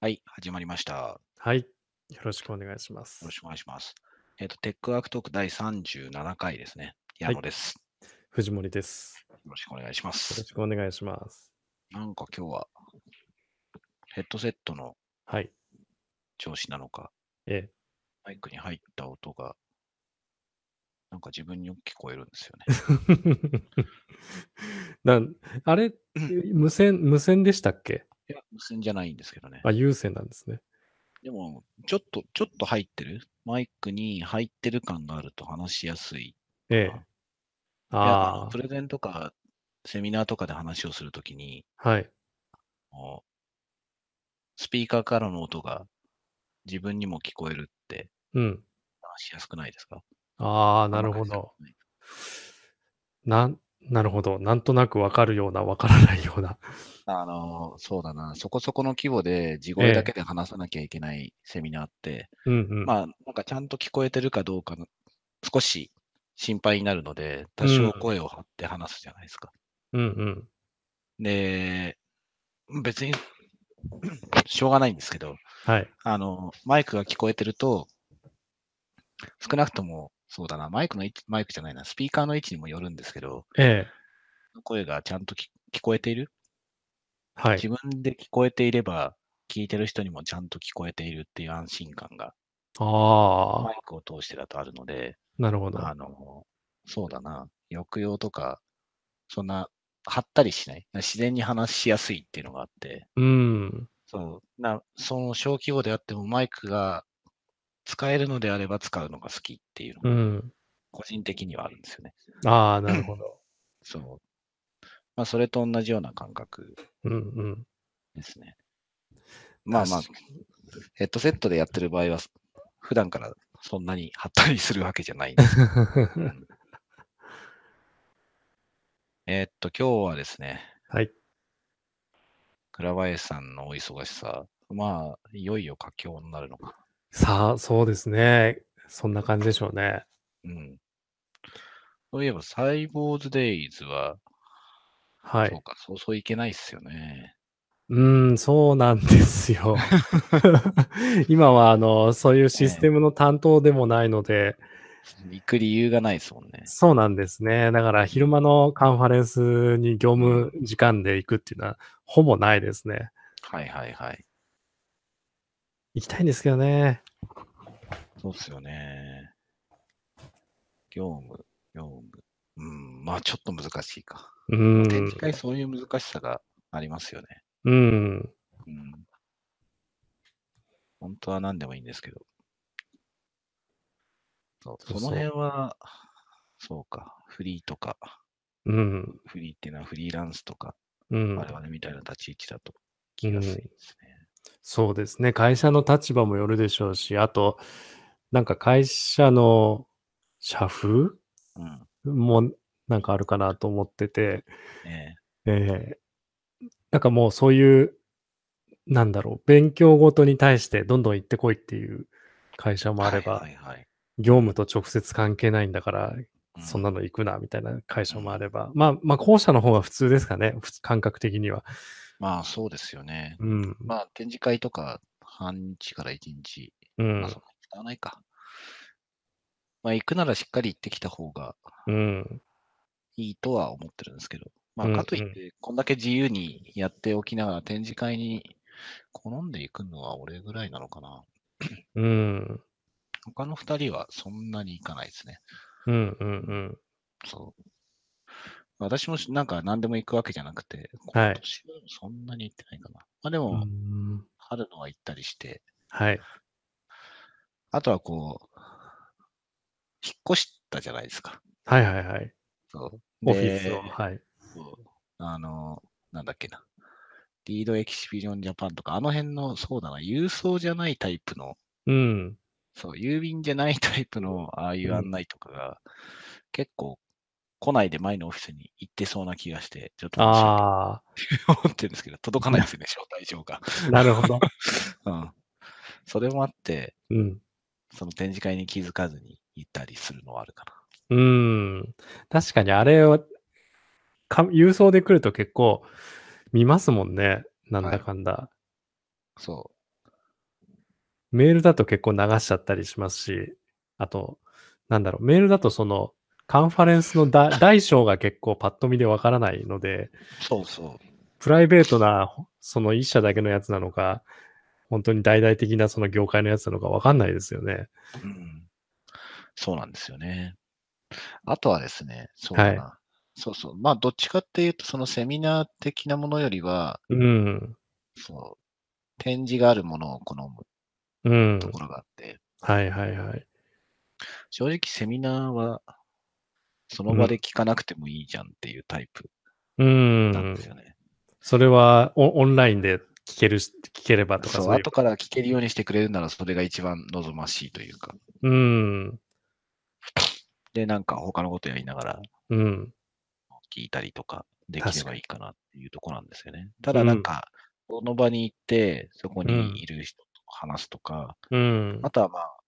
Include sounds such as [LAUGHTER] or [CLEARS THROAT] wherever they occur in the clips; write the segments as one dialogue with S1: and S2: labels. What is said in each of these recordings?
S1: はい、始まりました。よ
S2: はい。よろしくお願いしま
S1: ろ
S2: す。
S1: しくお願いします。えっ、と、テックワークトーク第37回ですね。矢
S2: は
S1: 野
S2: い。
S1: です。
S2: 藤森です。
S1: よろしくお願いしま
S2: よろ
S1: す。
S2: しくお願いします。
S1: なんか今日はヘッドセットの
S2: はい。
S1: 調子なのか、
S2: ええ、
S1: マイクに入った音がなんか自分によく聞こえるんですよ
S2: [LAUGHS] なんあれ、
S1: ね。うん
S2: 無線、無線でしたっけ
S1: いや、無線じゃないんですけどね。
S2: あ、有線なんですね。
S1: でも、ちょっと、ちょっと入ってるマイクに入ってる感があると話しやすい
S2: え
S1: かな。い
S2: え。
S1: や、あの、
S2: あ
S1: プレゼンとか、セミナーとかで話をするときに、
S2: あ、はい。
S1: もうスピーカーからの音が自分にも聞こえるって
S2: うん。
S1: 話しやすくないですか
S2: ああ、
S1: あんま
S2: なる
S1: り
S2: ほ
S1: そう
S2: ど。
S1: じゃない
S2: なん、なるほど。なんとなくわかるような、わからないよう
S1: [LAUGHS]
S2: な。
S1: あの、そうだな、そこそこの規模で地声だ
S2: ええ。
S1: けで話さなきゃいけないセミナーって、
S2: うんうん。
S1: まあ、なんかちゃんと聞こえてるかどうかの、少し心配になるので、
S2: う
S1: 多少
S2: ん。
S1: 声を張って話すじゃないですか。
S2: うんうん。
S1: で、別にしょうがないんですけど、
S2: はい。
S1: あの、マイクが聞こえてると、少なくとも、そうだな、マイクの位置、マイクじゃないな、スピーカーの位置にもよるんですけど、
S2: ええ。
S1: 声がちゃんとき聞こえている
S2: はい。
S1: 自分で聞こえていれば、聞いてる人にもちゃんと聞こえているっていう安心感が、
S2: あ
S1: マイ
S2: あ、
S1: クを通してだとあるので、
S2: なるほ
S1: あ
S2: ど。
S1: の、そうだな、抑揚とか、そんな、張ったりしない。自然に話しやすいっていうのがあって、
S2: うん。
S1: そう、な、その小規模であってもマイクが使えるのであれば使うのが好きっていうの
S2: う
S1: が、
S2: ん。
S1: 個人的にはあるんですよね。
S2: ああ、なるほ
S1: [LAUGHS]
S2: ど。
S1: そう。まあ、それと同じような感覚
S2: うんうん。
S1: ですね。まあ
S2: 確
S1: まあ、ヘッドセットでやってる場合は、普段からそんなに張ったりするわけじゃ
S2: [LAUGHS]
S1: ないんですけど。う
S2: か
S1: ん、えーっと、今日はですね、
S2: はい。
S1: 倉林さんのお忙しさ、まあ、いよいよ佳境になるのか
S2: さあ、そうですね。そんな感じでしょうね。
S1: な。うん。そういえば、サイボーズデイズは、
S2: は
S1: そう
S2: い。
S1: か、そうそういけないっすよね。
S2: うーん、そうなんですよ。 [LAUGHS] 今は、あの、そういうシステ
S1: ね
S2: ムの担当でもないので、
S1: え行く理由がないですもんね。
S2: そうなんですね。だから、
S1: う
S2: 昼間
S1: ん。
S2: のカンファレンスに業
S1: うん。
S2: 務時間で行くっていうのは、ほぼないですね。
S1: はいはいはい。
S2: 行きたいんですけどね。
S1: そうっすよね。業務、業務。うん、まあちょっと難しいか。
S2: う
S1: まあ、展示
S2: ん、
S1: 会そういう難しさがありますよね。
S2: うん、
S1: うん。本当は何でもいいんですけど。そう
S2: そう
S1: その
S2: そ
S1: 辺
S2: う。
S1: は、そうか、フリーとか、
S2: うん、
S1: フリーっていうのはフリーランスとか、
S2: う
S1: 我
S2: ん、
S1: 々みたいな立ち位置だと
S2: う
S1: 来やすい
S2: ん。
S1: ですね。
S2: そうですね。会社の立場もよるでしょうし、あと、なんか会社の社風
S1: うん。
S2: もなんかあるかなと思ってて、
S1: ね
S2: えーなんかもうそういう、なんだろう、勉強ごとに対してどんどん行ってこいっていう会社もあ
S1: は
S2: れ
S1: いは
S2: ば、
S1: いはい。
S2: 業務と直接関係ないんだから、
S1: う
S2: そん
S1: ん。
S2: なの行くな、みたいな会
S1: う
S2: 社もあ
S1: ん。
S2: れば、まあ、まあ、後者の方が普通ですかね、普通感覚的には。
S1: まあそうですよね。
S2: うん、
S1: まあ展示会とか半日から一日、
S2: う
S1: まあそん
S2: ん、
S1: なに使わないか。まあ行くならしっかり行ってきた方が
S2: うん、
S1: いいとは思ってるんですけど、ま
S2: う
S1: あ
S2: ん、
S1: かというっ
S2: ん。
S1: て、こんだけ自由にやっておきながら展示会に好んでいくのは俺ぐらいなのかな。
S2: うん、
S1: 他の二人はそんなにいかないですね。
S2: うん、うん、
S1: う
S2: うんん。
S1: そう。私もしなんか何でも行くわけじゃなくて、今
S2: はい。
S1: 年はそんなに行ってないかな。まあで
S2: う
S1: も、
S2: ん、
S1: 春のは行ったりして、
S2: はい。
S1: あとはこう、引っ越したじゃないですか。
S2: はい、はい、はい。
S1: そう。
S2: オフィスを、
S1: で、
S2: はい。
S1: そうあの、なんだっけな。リードエキシビジョンジャパンとか、あの辺の、そうだな、郵送じゃないタイプの、
S2: うん、
S1: そう、郵便じゃないタイプの、ああいうう案
S2: ん。
S1: 内とかが、結構、来ないで前のオフィスに行ってそうな気がして、ちょっと面白いな
S2: ああ、
S1: と思ってるんですけど、届かないで
S2: な、
S1: すよね、招待状が。 [LAUGHS]
S2: なるほど。
S1: うん。それもあって、
S2: うん。
S1: その展示会に気づかずに行ったりするのはあるかな。
S2: うん。確かにあれは、か郵送で来ると結構見ますもんね。なん
S1: は
S2: だ
S1: い。
S2: かんだ。
S1: そう。
S2: メールだと結構流しちゃったりしますし、あと、なんだろう、メールだとその、カンファレンスの
S1: [LAUGHS]
S2: だ大小が結構パッと見でわからないので、
S1: そうそう。
S2: プライベートな、ほその一社だけのやつなのか、本当に大々的なその業界のやつなのかわかんないですよね。
S1: うんそうなんですよね。あとはですね、そうだな。
S2: は
S1: そうそう。まあ、どっちかっていうと、そのセミナー的なものよりは、
S2: うん。
S1: そう、展示があるものを好む
S2: うん
S1: と。ころがあって、
S2: はいはいはい。
S1: 正直セミナーは、その場で聞かなくてもいいじゃんっていうタイプ
S2: う
S1: なん
S2: ん
S1: です。よね。
S2: それはオンオンラインで聞けるし、聞ければとか
S1: そう、
S2: そういう
S1: 後から聞けるようにしてくれるなら、それが一番望ましいというか。
S2: うん。
S1: で、なんか他のことやりながら
S2: うん。
S1: 聞いたりとかで
S2: 確
S1: きれ
S2: か
S1: ば
S2: に
S1: いいかなっていうところなんですよね。ただなんか、その場に行って、そこ
S2: うん
S1: にいる人と話すとか、
S2: うん。
S1: あとはまあ、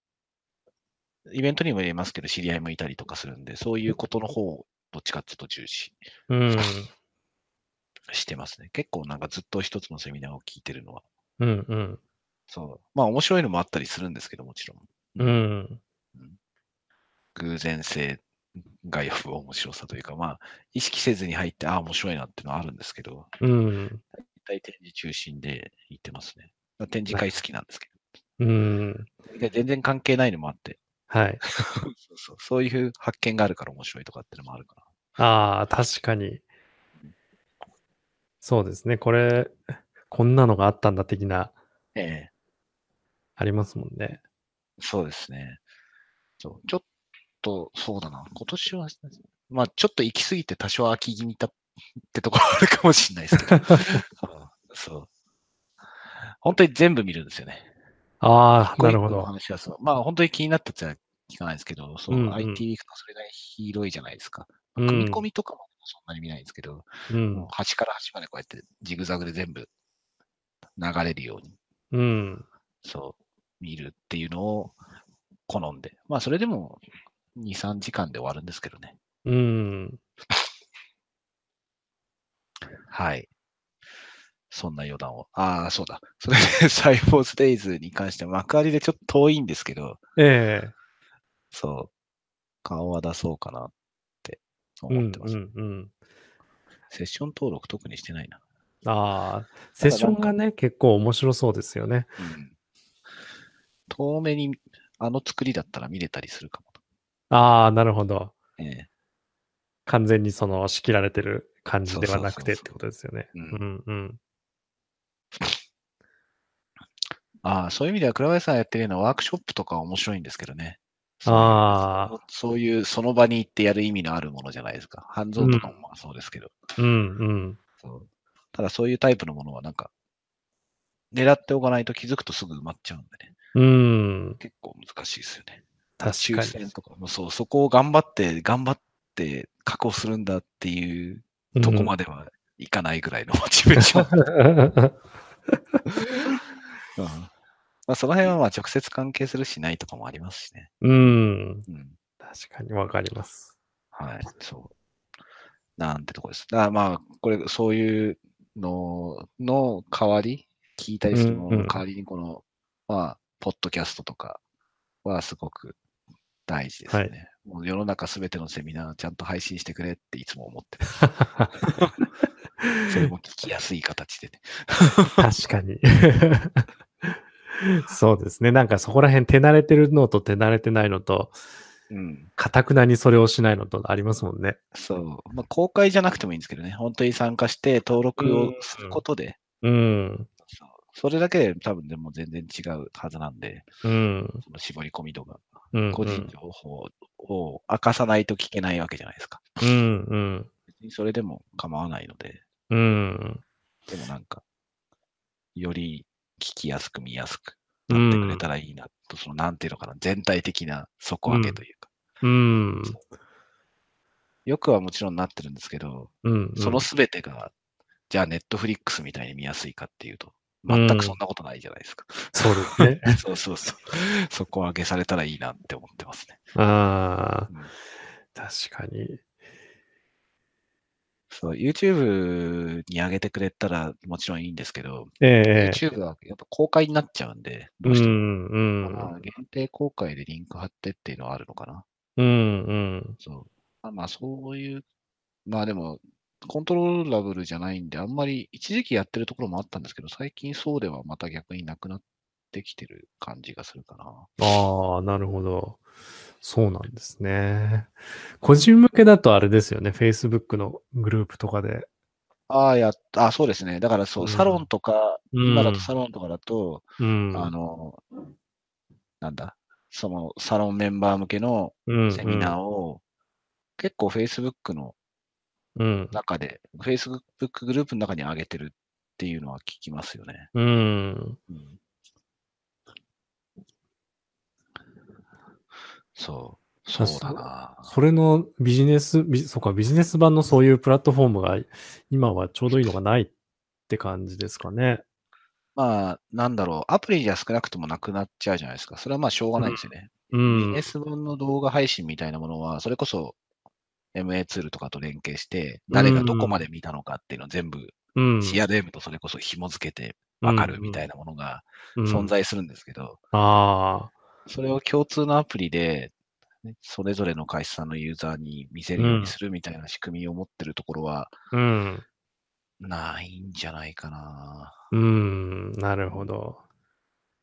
S1: イベントにも言えますけど、知り合いもいたりとかするんで、そういうことの方をどっちかっていうと重視
S2: うん。
S1: してますね。結構なんかずっと一つのセミナーを聞いてるのは、
S2: うん。うん。
S1: そう、まあ面白いのもあったりするんですけど、もちろん。
S2: うん。
S1: 偶然性が呼ぶ面白さというか、まあ、意識せずに入って、ああ、面白いなっていうのはあるんですけど、
S2: うん。
S1: 大体展示中心で行ってますね。まあ展示会好きなんですけ
S2: うん。
S1: ど、で全然関係ないのもあって、
S2: はい。
S1: そうそうそういう発見があるから面白いとかってのもあるか
S2: ああ、確かに。そうですね。これ、こんなのがあったんだ的な、
S1: ら。ええ
S2: ありますもんね。
S1: そうですね。そうちょっと、そうだな、今年は、まあ、ちょっと行き過ぎて多少飽き気味だってところあるかもしれないです [LAUGHS] けど、うんそう。本当に全部見るんですよね。
S2: ああ、なるほ
S1: 一個一個の
S2: ど。
S1: 話はそう。まあ、本当に気になったじゃ聞かないですけど、そう、
S2: うんうん
S1: IT ウィークとかそれなりに広いじゃないですか。
S2: う
S1: まあ
S2: ん
S1: 組み込みとかもそんなに見ないんですけど、
S2: う。
S1: もうん端から端までこうやってジグザグで全部流れるように、
S2: うん。
S1: そう、見るっていうのを好んで。まあ、それでも2、3時間で終わるんですけどね。
S2: うん。
S1: はい。そんな余談を。ああ、そうだ。それで、サイフォースデイズに関しては幕張でちょっと遠いんですけど、
S2: ええ。
S1: そう、顔は出そうかなって
S2: う
S1: 思っ
S2: ん。
S1: てます。
S2: うん。うん。
S1: セッション登録特にしてないな。
S2: ああ、セッションがね、結構面白そうですよね。
S1: うん。遠目にあの作りだったら見れたりするかもと。
S2: ああ、なるほど。
S1: ええ
S2: 完全にその仕切られてる感じ
S1: そう
S2: で
S1: そう
S2: はなくてっ
S1: そうそう
S2: てことですよね。う
S1: うん
S2: んうん。
S1: ああ、そういう意味では倉林さんがやってるようなワークショップとかは面白いんですけどね。
S2: ああ、
S1: そういう、その場に行ってやる意味のあるものじゃないですか。ハンズオンとかもまあそうですけど。
S2: うんうん。
S1: そうただそういうタイプのものはなんか、狙っておかないと気づくとすぐ埋まっちゃうんでね。
S2: うん。
S1: 結構難しいですよね。
S2: 確
S1: 抽
S2: か
S1: 選とかもそう、そこを頑張って、頑張って確保するんだっていう
S2: に。
S1: とこまではいかないぐらいのモチベーション。
S2: [LAUGHS] で。
S1: うんまあ、その辺はまあ直接関係するしないとかもありますしね。
S2: うん。
S1: うん、
S2: 確かにわかります。 [LAUGHS]
S1: はい、そう。なんてとこです。だからまあ、これ、そういうのの代わり、聞いたりするものの代わりに、この、まあ、ポッドキャストとかはすごく大事ですね。
S2: はい
S1: もう世の中すべてのセミナーちゃんと配信してくれっていつも思ってる。それも聞きやすい形でね。
S2: 確かに。 [LAUGHS] そうですね。なんかそこら辺手慣れてるのと手慣れてないのと、
S1: うん。
S2: かたくなにそれをしないのとありますもんね。
S1: そう。まあ、公開じゃなくてもいいんですけどね。本当に参加して登録をすることで、
S2: うん。
S1: そうそれだけで多分でも全然違うはずなんで、
S2: うん。
S1: その絞り込み度が。
S2: うん。
S1: 個人情報を明かさないと聞けないわけじゃないですか。
S2: うん。うん。
S1: 別にそれでも構わないので、
S2: うん。
S1: でもなんか、より聞きやすく見やすくなってくれたらいいなと、そのなんていうのかな、全体的な底上げというか、
S2: うん。
S1: よくはもちろんなってるんですけど、
S2: うん。
S1: その全てが、じゃあネットフリックスみたいに見やすいかっていうと、全くそんなことないじゃないですか。
S2: そうですね。
S1: [LAUGHS] そうそう
S2: [LAUGHS]
S1: そう。そこを上げされたらいいなって思ってますね。
S2: ああ
S1: うん、
S2: 確かに。
S1: そう、YouTube に上げてくれたらもちろんいいんですけど、
S2: ええ
S1: YouTube はやっぱ公開になっちゃうんで、
S2: う
S1: どうしても。
S2: ん、うん
S1: まあ、限定公開でリンク貼ってっていうのはあるのかな。
S2: うん、うん。
S1: そう。まあ、まあ、そういう、まあでも、コントローラブルじゃないんで、あんまり一時期やってるところもあったんですけど、最近そうではまた逆になくなってきてる感じがするかな。
S2: ああ、なるほど。そうなんですね。個人向けだとあれですよね。Facebook のグループとかで。
S1: ああ、やっあ、そうですね。だからそう、
S2: うん
S1: サロンとか、
S2: うん
S1: 今だとサロンとかだと、
S2: うん。
S1: あの、なんだ、そのサロンメンバー向けの
S2: の
S1: セミナーを、結構 Facebook の
S2: うん。
S1: 中で、Facebook グループの中に上げてるっていうのは聞きますよね。
S2: うん。
S1: うんそう、
S2: 確か
S1: そうだな。
S2: それのビジネス、ビそうか、ビジネス版のそういうプラットフォームが今はちょうどいいのがないって感じですかね。
S1: まあ、なんだろう、アプリじゃ少なくともなくなっちゃうじゃないですか。それはまあ、しょうがないですよね。
S2: う
S1: ビジ
S2: ん
S1: ネ。ス本の動画配信みたいなものは、それこそ MA ツールとかと連携して、誰がどこまで見たのかっていうのを全部、
S2: うん。
S1: シア DM とそれこそ紐付けてわかるみたいなものが存在するんですけど、
S2: ああ。
S1: それを共通のアプリで、ねそれぞれの会社さんのユーザーに見せるようにするみたいな仕組みを持ってるところは
S2: うん。
S1: ないんじゃないかな。
S2: うん。なるほど。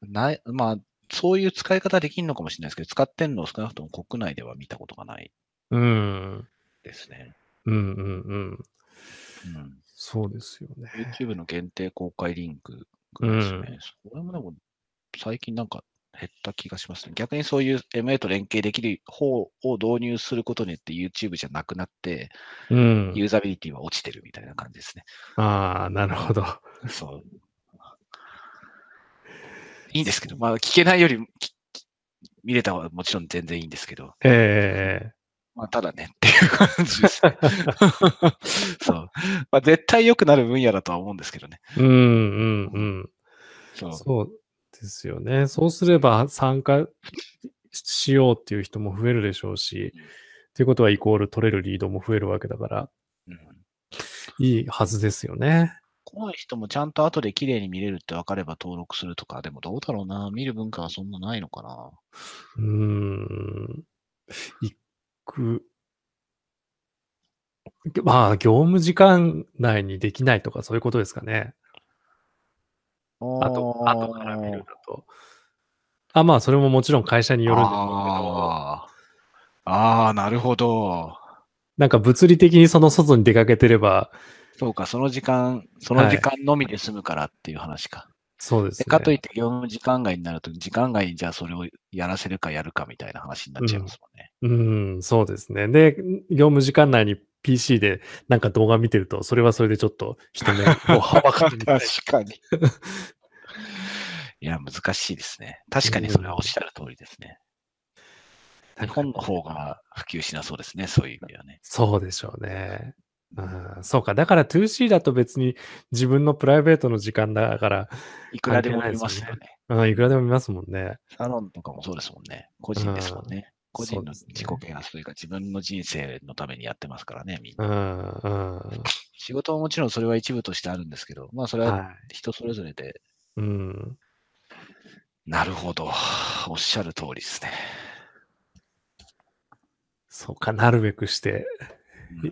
S1: ないまあ、そういう使い方できるのかもしれないですけど、使ってんのを少なくとも国内では見たことがない
S2: うん。
S1: ですね。
S2: うんうんうん。
S1: うん、
S2: そうですよね。
S1: YouTube の限定公開リンクぐらいですね。それもでも、最近なんか減った気がしますね。逆にそういう MA と連携できる方を導入することによって YouTube じゃなくなって、
S2: うん。
S1: ユーザビリティは落ちてるみたいな感じですね。
S2: ああ、なるほど。
S1: そう。いいんですけど、まあ聞けないよりもきき見れた方はもちろん全然いいんですけど、
S2: え
S1: まあただねっていう感じ
S2: [LAUGHS]
S1: ですね。そう。まあ絶対良くなる分野だとは思うんですけどね。
S2: えうんうん。
S1: そううん
S2: そうですよね。そうすれば参加しようっていう人も増えるでしょうし、ということはイコール取れるリードも増えるわけだから、
S1: うん
S2: いいはずですよね。
S1: この人もちゃんと後で綺麗に見れるって分かれば登録するとか、でもどうだろうな。見る文化はそんなないのかな。
S2: うーん。行く。まあ、業務時間内にできないとか、そういうことですかね。あと、あとから見るだと。あ、まあ、それももちろん会社によるんでしょうけど。
S1: あーあー、なるほど。
S2: なんか物理的にその外に出かけてれば、
S1: そうか、その時間、その時間のみで済むからっていう話か。
S2: そうです
S1: で
S2: ね。
S1: かといって業務時間外になると、時間外にじゃあそれをやらせるかやるかみたいな話になっちゃいますもんね。
S2: うん、そうですね。で、業務時間内に PC でなんか動画見てると、それはそれでちょっと人目をは
S1: [LAUGHS]
S2: ばかるみたいな。
S1: かに。いや、難しいですね。確かにそれはおっしゃる通りですね。日本の方が普及しなそうですね、そういう意味ではね。
S2: そうでしょうね。うん、そうか。だから 2C だと別に自分のプライベートの時間だから、
S1: いくらでも見ますよね。
S2: うん、いくらでも見ますもんね。
S1: サロンとかもそうですもんね。個人ですもんね。個人
S2: そう
S1: の
S2: ですね
S1: 自己啓発というか、自分の人生のためにやってますからね、みんな。
S2: うん、うん。
S1: 仕事はもちろんそれは一部としてあるんですけど、まあそれは
S2: は
S1: 人それぞれで、
S2: い。うん。
S1: なるほど。おっしゃる通りですね。
S2: そうかなるべくして、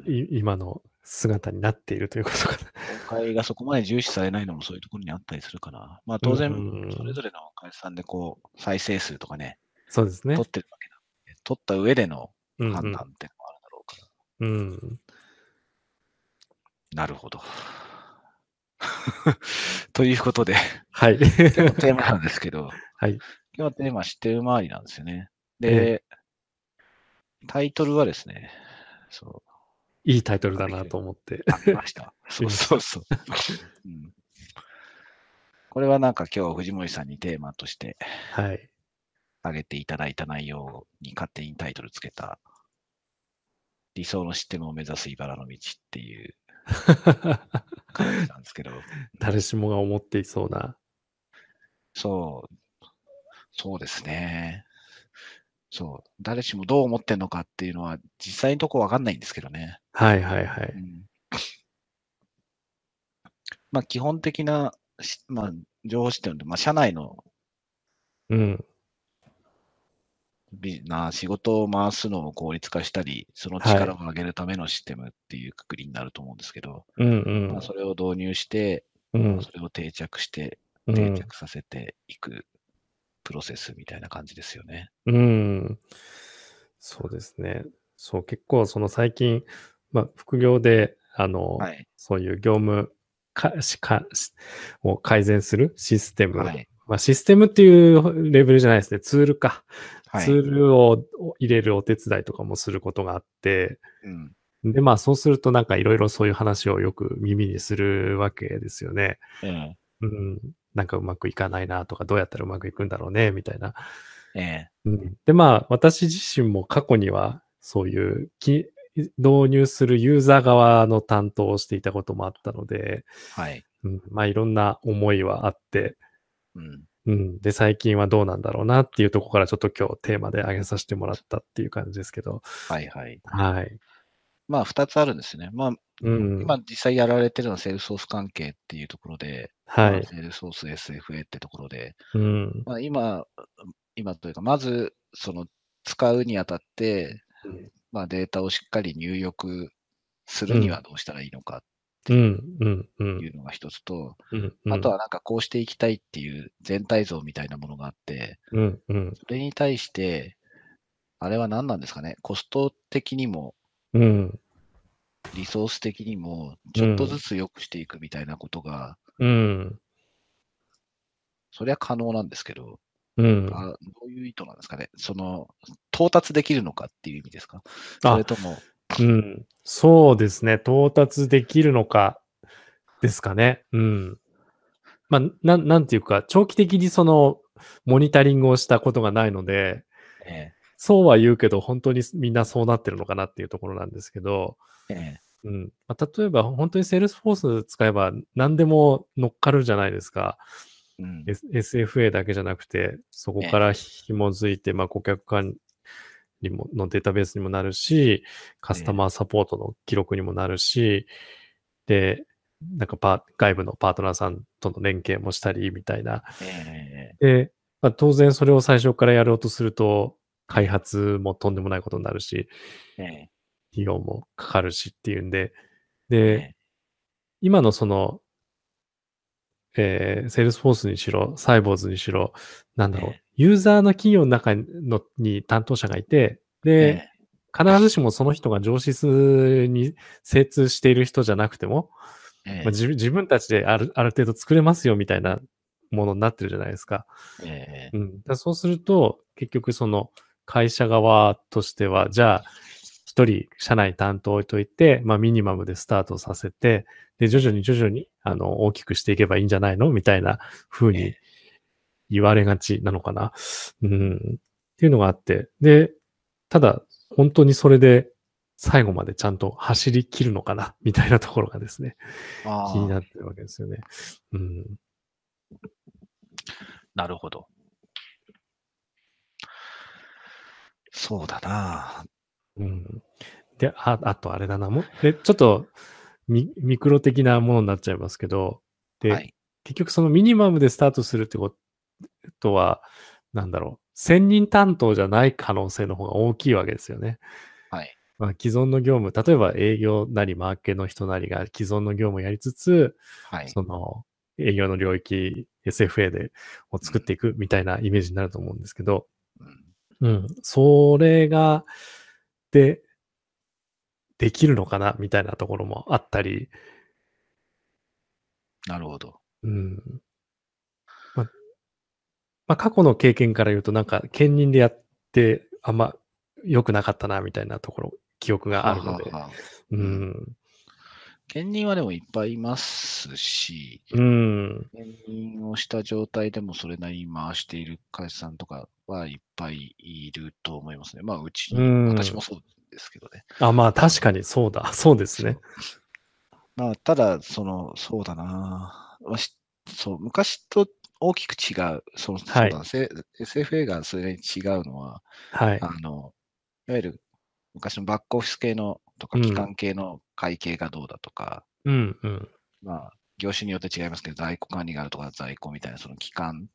S1: う
S2: い
S1: ん
S2: い今の姿になっているということか [LAUGHS] な。
S1: 公開がそこまで重視されないのもそういうところにあったりするかな。まあ当然
S2: うん、
S1: それぞれの会社さんでこう、再生数とかね、
S2: そうですね
S1: 取。ってるわけなんで、取った上での
S2: うんうん
S1: 判断っていうのもあるだろうから。
S2: うん。
S1: なるほど。 [LAUGHS] ということで、
S2: はい。
S1: 今日のテーマなんですけど、
S2: [LAUGHS] はい。
S1: 今日のテーマは知ってる周りなんですよね。で、タイトルはですね、そう、
S2: いいタイトルだなと思って。
S1: ありました。 [LAUGHS] そうそうそう、うん。これはなんか今日藤森さんにテーマとして
S2: はい。 [LAUGHS]
S1: 挙げていただいた内容に勝手にタイトルつけた理想のシステムを目指す茨の道っていう感じなんです [LAUGHS] けど、
S2: 誰しもが思っていそうな。
S1: そう、そうですね。そう、誰しもどう思ってんのかっていうのは実際のとこわかんないんですけどね。
S2: はいはいは
S1: う
S2: い。
S1: んまあ、基本的なし、まあ、情報視点で、まあ、社内の
S2: うん。
S1: ビな仕事を回すのを効率化したり、その力を上げるためのシステムっていうくくりになると思うんですけど、
S2: うん
S1: まあ、それを導入して、
S2: うん。うん
S1: それを定着して、
S2: う
S1: 定
S2: ん。
S1: 着させていくプロセスみたいな感じですよね。
S2: うん。そうですね。そう、結構その最近、まあ、副業で、あの、
S1: はい。
S2: そういう業務かしかしを改善するシステム、
S1: はい。
S2: まあ、システムっていうレベルじゃないですね。ツールか。
S1: はい。
S2: ツールを入れるお手伝いとかもすることがあって、
S1: うん。
S2: で、まあそうするとなんかいろいろそういう話をよく耳にするわけですよね。
S1: ええ
S2: うん。なんかうまくいかないなとか、どうやったらうまくいくんだろうね、みたいな。
S1: ええ
S2: うん。で、まあ私自身も過去にはそういうき導入するユーザー側の担当をしていたこともあったので、
S1: はい。
S2: うん、まあいろんな思いはあって、
S1: うん。
S2: うん。で、最近はどうなんだろうなっていうところからちょっと今日テーマで上げさせてもらったっていう感じですけど。
S1: はいはい。
S2: はい。
S1: まあ、二つあるんですね。まあ、
S2: うん。
S1: 今実際やられてるのはセールソース関係っていうところで、
S2: は
S1: まあ
S2: い。
S1: セールソース SFA ってところで、
S2: うん。
S1: まあ、今、今というか、まず、その、使うにあたって、まあ、データをしっかり入力するにはどうしたらいいのか
S2: うん。うん。
S1: っ
S2: う
S1: てい
S2: ん。
S1: うのが一つと、
S2: うん
S1: あとはなんかこうしていきたいっていう全体像みたいなものがあって、
S2: うん。うん。
S1: それに対して、あれは何なんですかね、コスト的にも
S2: うん。
S1: リソース的にも、ちょっとずつ良くしていくみたいなことが、
S2: うん。
S1: そりゃ可能なんですけど、
S2: うん。
S1: あどういう意図なんですかね、その、到達できるのかっていう意味ですかそ
S2: あ
S1: れ、とも、
S2: うん。そうですね。到達できるのか、ですかね。うん。まあ、なん、なんていうか、長期的にその、モニタリングをしたことがないので、
S1: え
S2: そうは言うけど、本当にみんなそうなってるのかなっていうところなんですけど、
S1: ええ
S2: うん。まあ、例えば、本当にセールスフォース使えば、何でも乗っかるじゃないですか。
S1: えうん
S2: S- SFA だけじゃなくて、そこから紐づいて、まあ、顧客管理ものデータベースにもなるし、カスタマーサポートの記録にもなるし、で、なんかパ外部のパートナーさんとの連携もしたりみたいな。
S1: ええ
S2: で、まあ、当然それを最初からやろうとすると、開発もとんでもないことになるし、
S1: ええ
S2: 費用もかかるしっていうんで、
S1: え
S2: で、
S1: え
S2: 今のその、えー、セールスフォースにしろ、サイボーズにしろ、なんだろう、
S1: え
S2: ユーザーの企業の中にのに担当者がいて、
S1: え
S2: で、必ずしもその人が上司数に精通している人じゃなくても、
S1: ええ
S2: まあ、自自分たちであるある程度作れますよみたいなものになってるじゃないですか。
S1: ええ
S2: うん、だからそうすると、結局その会社側としては、じゃあ、一人社内担当といて、まあミニマムでスタートさせて、で、徐々に徐々に、あの、大きくしていけばいいんじゃないのみたいな風
S1: え
S2: に
S1: え
S2: 言われがちなのかな。うん。っていうのがあって。で、ただ、本当にそれで最後までちゃんと走り切るのかなみたいなところがですね、
S1: ああ
S2: 気になってるわけですよね。うん。
S1: なるほど。そうだな。
S2: うんで、ああとあれだな、もうでちょっとミミクロ的なものになっちゃいますけど、で、
S1: はい。
S2: 結局そのミニマムでスタートするってことは、なんだろう、専任担当じゃない可能性の方が大きいわけですよね。
S1: はい。
S2: まあ、既存の業務、例えば営業なりマーケの人なりが既存の業務をやりつつ、
S1: はい。
S2: その営業の領域、SFA でを作っていくみたいなイメージになると思うんですけど、
S1: うん
S2: うん、それが、で、できるのかなみたいなところもあったり、
S1: なるほど。
S2: うん。ま、まあ、過去の経験から言うと、なんか、兼任でやって、あんま良くなかったな、みたいなところ、記憶があるので。
S1: ははは
S2: うん。
S1: 兼任はでもいっぱいいますし、
S2: うん。
S1: 兼任をした状態でもそれなりに回している会社さんとかはいっぱいいると思いますね。まあ、うちに、
S2: うん
S1: 私もそうですけどね。
S2: あ、まあ、確かにそうだ。 [LAUGHS] そうですね。
S1: まあ、ただ、その、そうだな。まあしそう、昔と大きく違う、そうそう
S2: はい
S1: だな、せ SFA がそれに違うのは、
S2: はい。
S1: あの、いわゆる昔のバックオフィス系のとか、
S2: うん
S1: 期間系の会計がどうだとか、
S2: うん、うん。
S1: まあ、業種によって違いますけど、在庫管理があるとか、在庫みたいな、その期間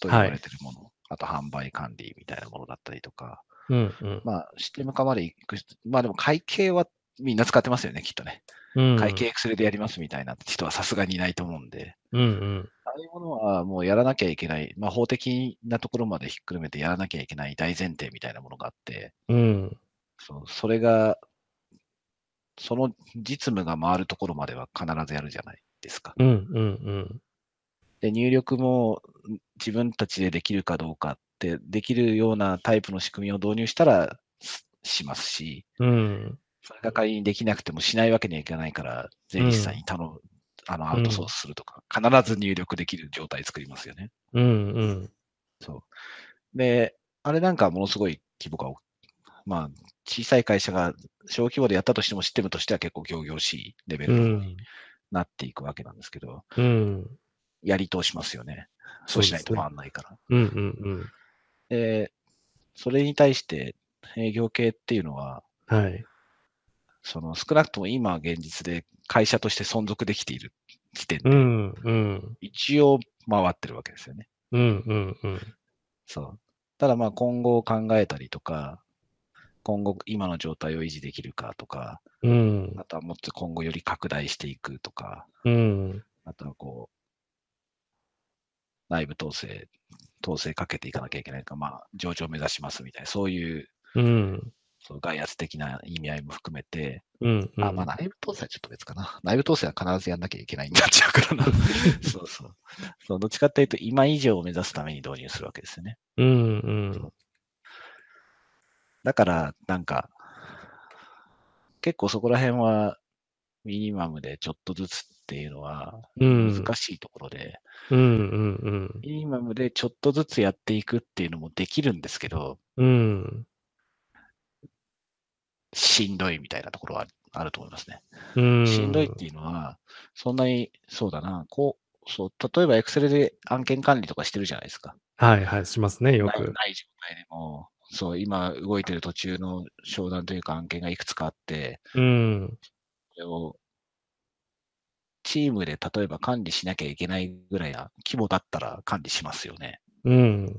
S1: と言われてるもの、あと販売管理みたいなものだったりとか、
S2: うん、うん。
S1: まあ、システム化まで行く人、まあでも会計はみんな使ってますよね、きっとね。
S2: うん
S1: 会計 Excel でやりますみたいな人はさすがにいないと思うんで、
S2: うん、うん。
S1: ああいうものはもうやらなきゃいけない、まあ、法的なところまでひっくるめてやらなきゃいけない大前提みたいなものがあって、
S2: うん、
S1: そうそれが、その実務が回るところまでは必ずやるじゃないですか。
S2: うん、うん。
S1: で入力もん自分たちでできるかどうかって、できるようなタイプの仕組みを導入したらすしますし、
S2: うん、
S1: それが仮にできなくてもしないわけにはいかないから、税理士さんに頼む、あのアウトソースするとか、必ず入力できる状態作りますよね。
S2: うん、うん。
S1: そう。で、あれなんかものすごい規模が大き、まあ、小さい会社が小規模でやったとしても、システムとしては結構仰々しいレベ
S2: う
S1: ルに
S2: ん、
S1: なっていくわけなんですけど、
S2: うん。
S1: やり通しますよね。そうしないと回んないから。
S2: うんうん
S1: で、それに対して営業系っていうのは、
S2: うん。はい。
S1: その少なくとも今現実で会社として存続できている時点で
S2: うんうん
S1: 一応回ってるわけですよね。
S2: うんうんうん。
S1: そう。ただまあ今後を考えたりとか、今後今の状態を維持できるかとか、
S2: うん
S1: あとはもっと今後より拡大していくとか、
S2: うん
S1: あとはこう、内部統制、統制かけていかなきゃいけないとか、まあ上場目指しますみたいな、そういう
S2: うん
S1: その外圧的な意味合いも含めて、
S2: うん。
S1: あ、まあ内部統制はちょっと別かな。内部統制は必ずやんなきゃいけないになっちゃうからな。そうそうそう。どっちかっていうと今以上を目指すために導入するわけですよね。
S2: うんうん。
S1: だから、なんか、結構そこら辺はミニマムでちょっとずつっていうのは
S2: うん
S1: 難しいところで、
S2: うんうん
S1: ミニマムでちょっとずつやっていくっていうのもできるんですけど、
S2: うん。うん
S1: しんどいみたいなところはあると思いますね。
S2: うん。
S1: しんどいっていうのは、そんなに、そうだな、こう、そう、例えば Excel で案件管理とかしてるじゃないですか。
S2: はいはい、しますね、よ
S1: ない
S2: く。
S1: ない状態でも、そう、今動いてる途中の商談というか案件がいくつかあって、
S2: うん
S1: これをチームで例えば管理しなきゃいけないぐらいな規模だったら管理しますよね。
S2: うん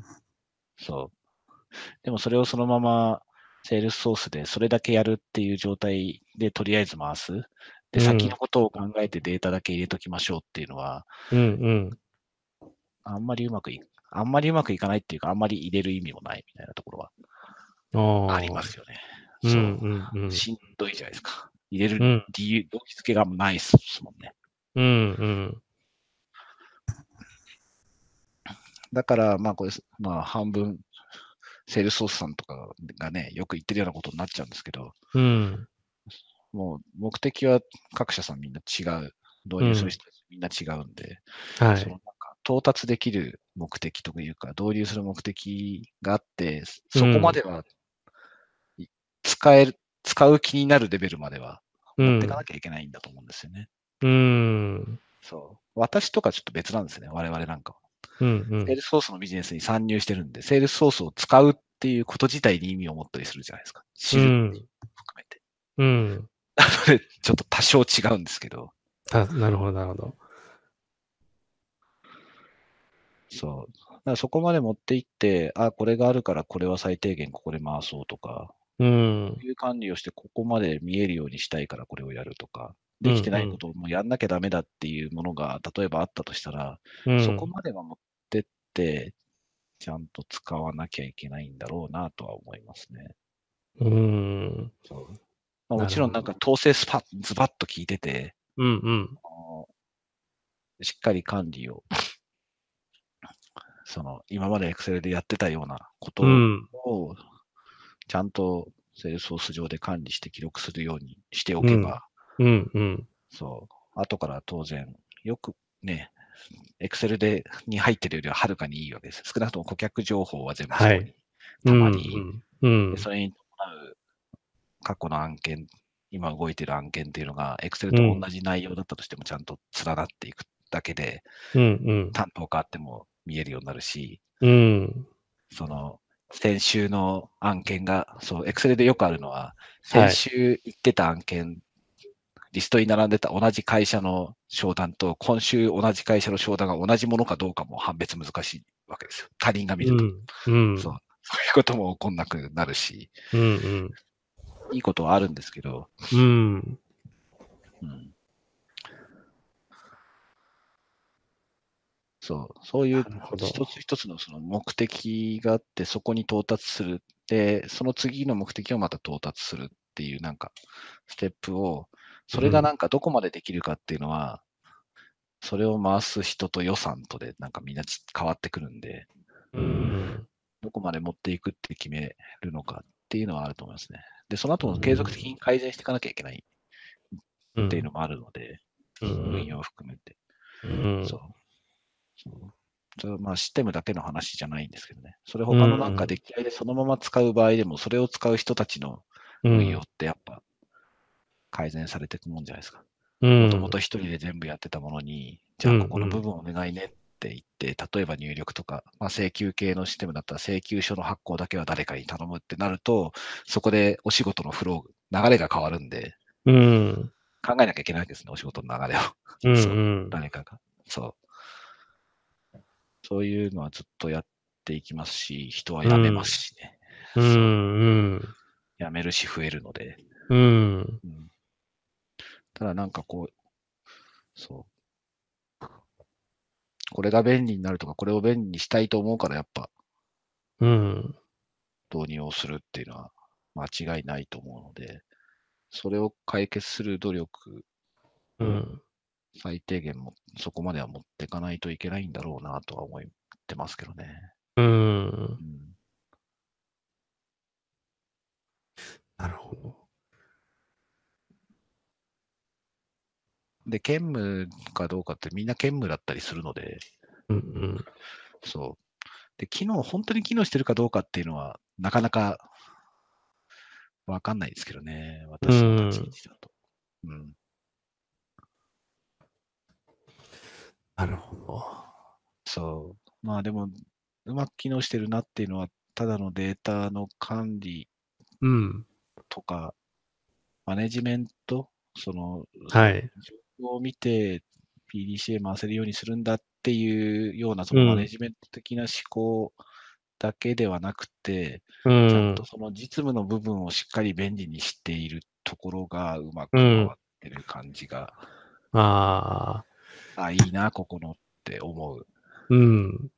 S1: そう。でもそれをそのままセールスソースでそれだけやるっていう状態でとりあえず回す。で、
S2: うん
S1: 先のことを考えてデータだけ入れときましょうっていうのは、
S2: うん
S1: あんまりうまくいあんまりうまくいかないっていうか、あんまり入れる意味もないみたいなところ
S2: うん。
S1: はありま。すよね。
S2: う
S1: そ
S2: ん
S1: う。
S2: うんうん。
S1: しんどいじゃないですか。入れ
S2: う
S1: る
S2: ん
S1: 理由、動機付けがないですもんね。
S2: うんうん。
S1: だから、まあ、これ、まあ、半分、セールスソースさんとかがね、よく言ってるようなことになっちゃうんですけど、
S2: うん
S1: もう、目的は各社さんみんな違う、導入する人たちみんな違うんで、
S2: は
S1: その
S2: い。
S1: なんか到達できる目的というか、導入する目的があって、そこまでは、い使える、使う気になるレベルまでは、
S2: う
S1: 持っ
S2: ん
S1: ていかなきゃいけないんだと思うんですよね。
S2: うん
S1: そう。私とかちょっと別なんですね、我々なんかは。
S2: うん
S1: セールスソースのビジネスに参入してるんで、セールスソースを使うっていうこと自体に意味を持ったりするじゃないですか。知るっていうのも含めて。
S2: うん。
S1: なので、ちょっと多少違うんですけど、
S2: あ、なるほど、なるほど。
S1: そう。だからそこまで持っていって、あ、これがあるからこれは最低限ここで回そうとか、
S2: うん
S1: こういう管理をしてここまで見えるようにしたいからこれをやるとか、できてないことをもうやんなきゃダメだっていうものが、例えばあったとしたら、
S2: うん。
S1: そこまでは持ってって、ちゃんと使わなきゃいけないんだろうなとは思いますね。
S2: うん
S1: そうまあ、
S2: なるほど
S1: もちろんなんか統制スパッ、ズバッと聞いてて、
S2: うんうん。
S1: あのしっかり管理を、その今まで Excel でやってたようなこと
S2: うん
S1: を、ちゃんと Salesforce 上で管理して記録するようにしておけば、
S2: うんうん。
S1: そう、後から当然、よくね、Excel でに入ってるよりははるかにいいわけです。少なくとも顧客情報は全部そこに、
S2: はい
S1: たまに、
S2: うん
S1: で。それに伴う過去の案件、今動いてる案件っていうのが、Excel と同じ内容だったとしても、ちゃんと連なっていくだけで、
S2: うんうん。
S1: 担当変わっても見えるようになるし、
S2: うん。
S1: その、先週の案件が、そう、Excel でよくあるのは、先週行ってた案件、リストに並んでた同じ会社の商談と、今週同じ会社の商談が同じものかどうかも判別難しいわけですよ。他人が見
S2: う
S1: ると。
S2: ん。うん。
S1: そうそういうことも起こんなくなるし、
S2: うん。
S1: いいことはあるんですけど、
S2: うん。うん。
S1: うんそう、そういう
S2: なるほど
S1: 一つ一つのその目的があって、そこに到達する。で、その次の目的をまた到達するっていう、なんか、ステップを、それがなんかどこまでできるかっていうのは、それを回す人と予算とで、なんかみんなち変わってくるんで、
S2: うん。
S1: どこまで持っていくって決めるのかっていうのはあると思いますね。で、その後も継続的に改善していかなきゃいけない
S2: うん。
S1: っていうのもあるので、
S2: うんうん
S1: 運用を含めて。
S2: うん。
S1: そう。そうそれはまあシステムだけの話じゃないんですけどね。それ他のなん
S2: うんう
S1: か
S2: ん
S1: 出来合いでそのまま使う場合でも、それを使う人たちの
S2: うん。
S1: 運用ってやっぱ改善されていくもんじゃないですか。
S2: うん。
S1: もともと一人で全部やってたものに、じゃあここの部分お願いねって言って、例えば入力とか、まあ、請求系のシステムだったら請求書の発行だけは誰かに頼むってなると、そこでお仕事のフロー、流れが変わるんで、
S2: うん。
S1: 考えなきゃいけないわけですね、お仕事の流れを。
S2: うん。
S1: [LAUGHS]
S2: う。
S1: そうん誰かが。そう。そういうのはずっとやっていきますし、人は辞めますしね。
S2: うん。
S1: 辞めるし増えるので。
S2: うん。
S1: うん、ただなんかこう、そう。これが便利になるとか、これを便利にしたいと思うから、やっぱ
S2: うん。
S1: 導入をするっていうのは間違いないと思うので、それを解決する努力、
S2: うん。
S1: 最低限もそこまでは持っていかないといけないんだろうなとは思ってますけどね。
S2: うん
S1: う。ん
S2: なるほど。
S1: で、兼務かどうかってみんな兼務だったりするので、
S2: うん。
S1: そう。で、機能、本当に機能してるかどうかっていうのは、なかなかわかんないですけどね、私の立ち位置だと。うん。
S2: なるほど。
S1: そう。まあでも、うまく機能してるなっていうのは、ただのデータの管理
S2: うん。
S1: とか、マネジメント、その、
S2: はい。
S1: を見て PDCA 回せるようにするんだっていうようなその
S2: うん
S1: マネジメント的な思考だけではなくて、ちゃ
S2: う
S1: ん
S2: ん
S1: と。その実務の部分をしっかり便利にしているところがうまく
S2: う
S1: 回
S2: ん
S1: ってる感じが、
S2: ああ。
S1: あ、いいな、ここのって思う
S2: うん。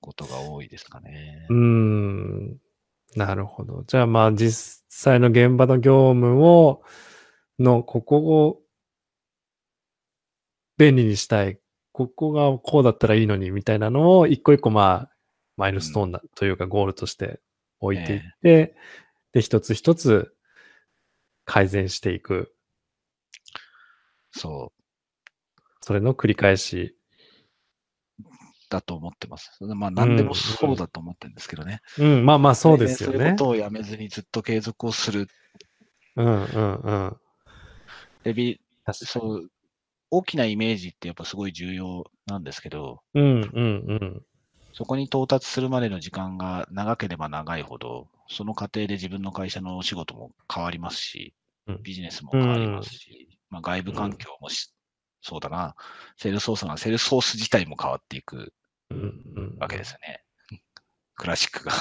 S1: ことが多いですかね
S2: う。ん。なるほど。じゃあまあ実際の現場の業務を、の、ここを便利にしたい。ここがこうだったらいいのにみたいなのを一個一個まあマイルストーンだ、というかゴールとして置いていって、で、一つ一つ改善していく。
S1: そう。
S2: それの繰り返し。
S1: だと思ってます。まあ何で
S2: うん
S1: もそうだと思ってるんですけどね。
S2: うん、まあまあそうですよ
S1: 改善
S2: ね
S1: るこ。とをやめずにずっと継続をする。
S2: うんうんうん。
S1: でび
S2: 確かに
S1: そう、大きなイメージってやっぱすごい重要なんですけど、
S2: うんうん
S1: そこに到達するまでの時間が長ければ長いほど、その過程で自分の会社のお仕事も変わりますし
S2: うん、
S1: ビジネスも変わりますし、まあ、外部環境もし、そうだな、セールスソースな、セールスソース自体も変わっていく
S2: うん。うんうん
S1: わけですよね。クラシックが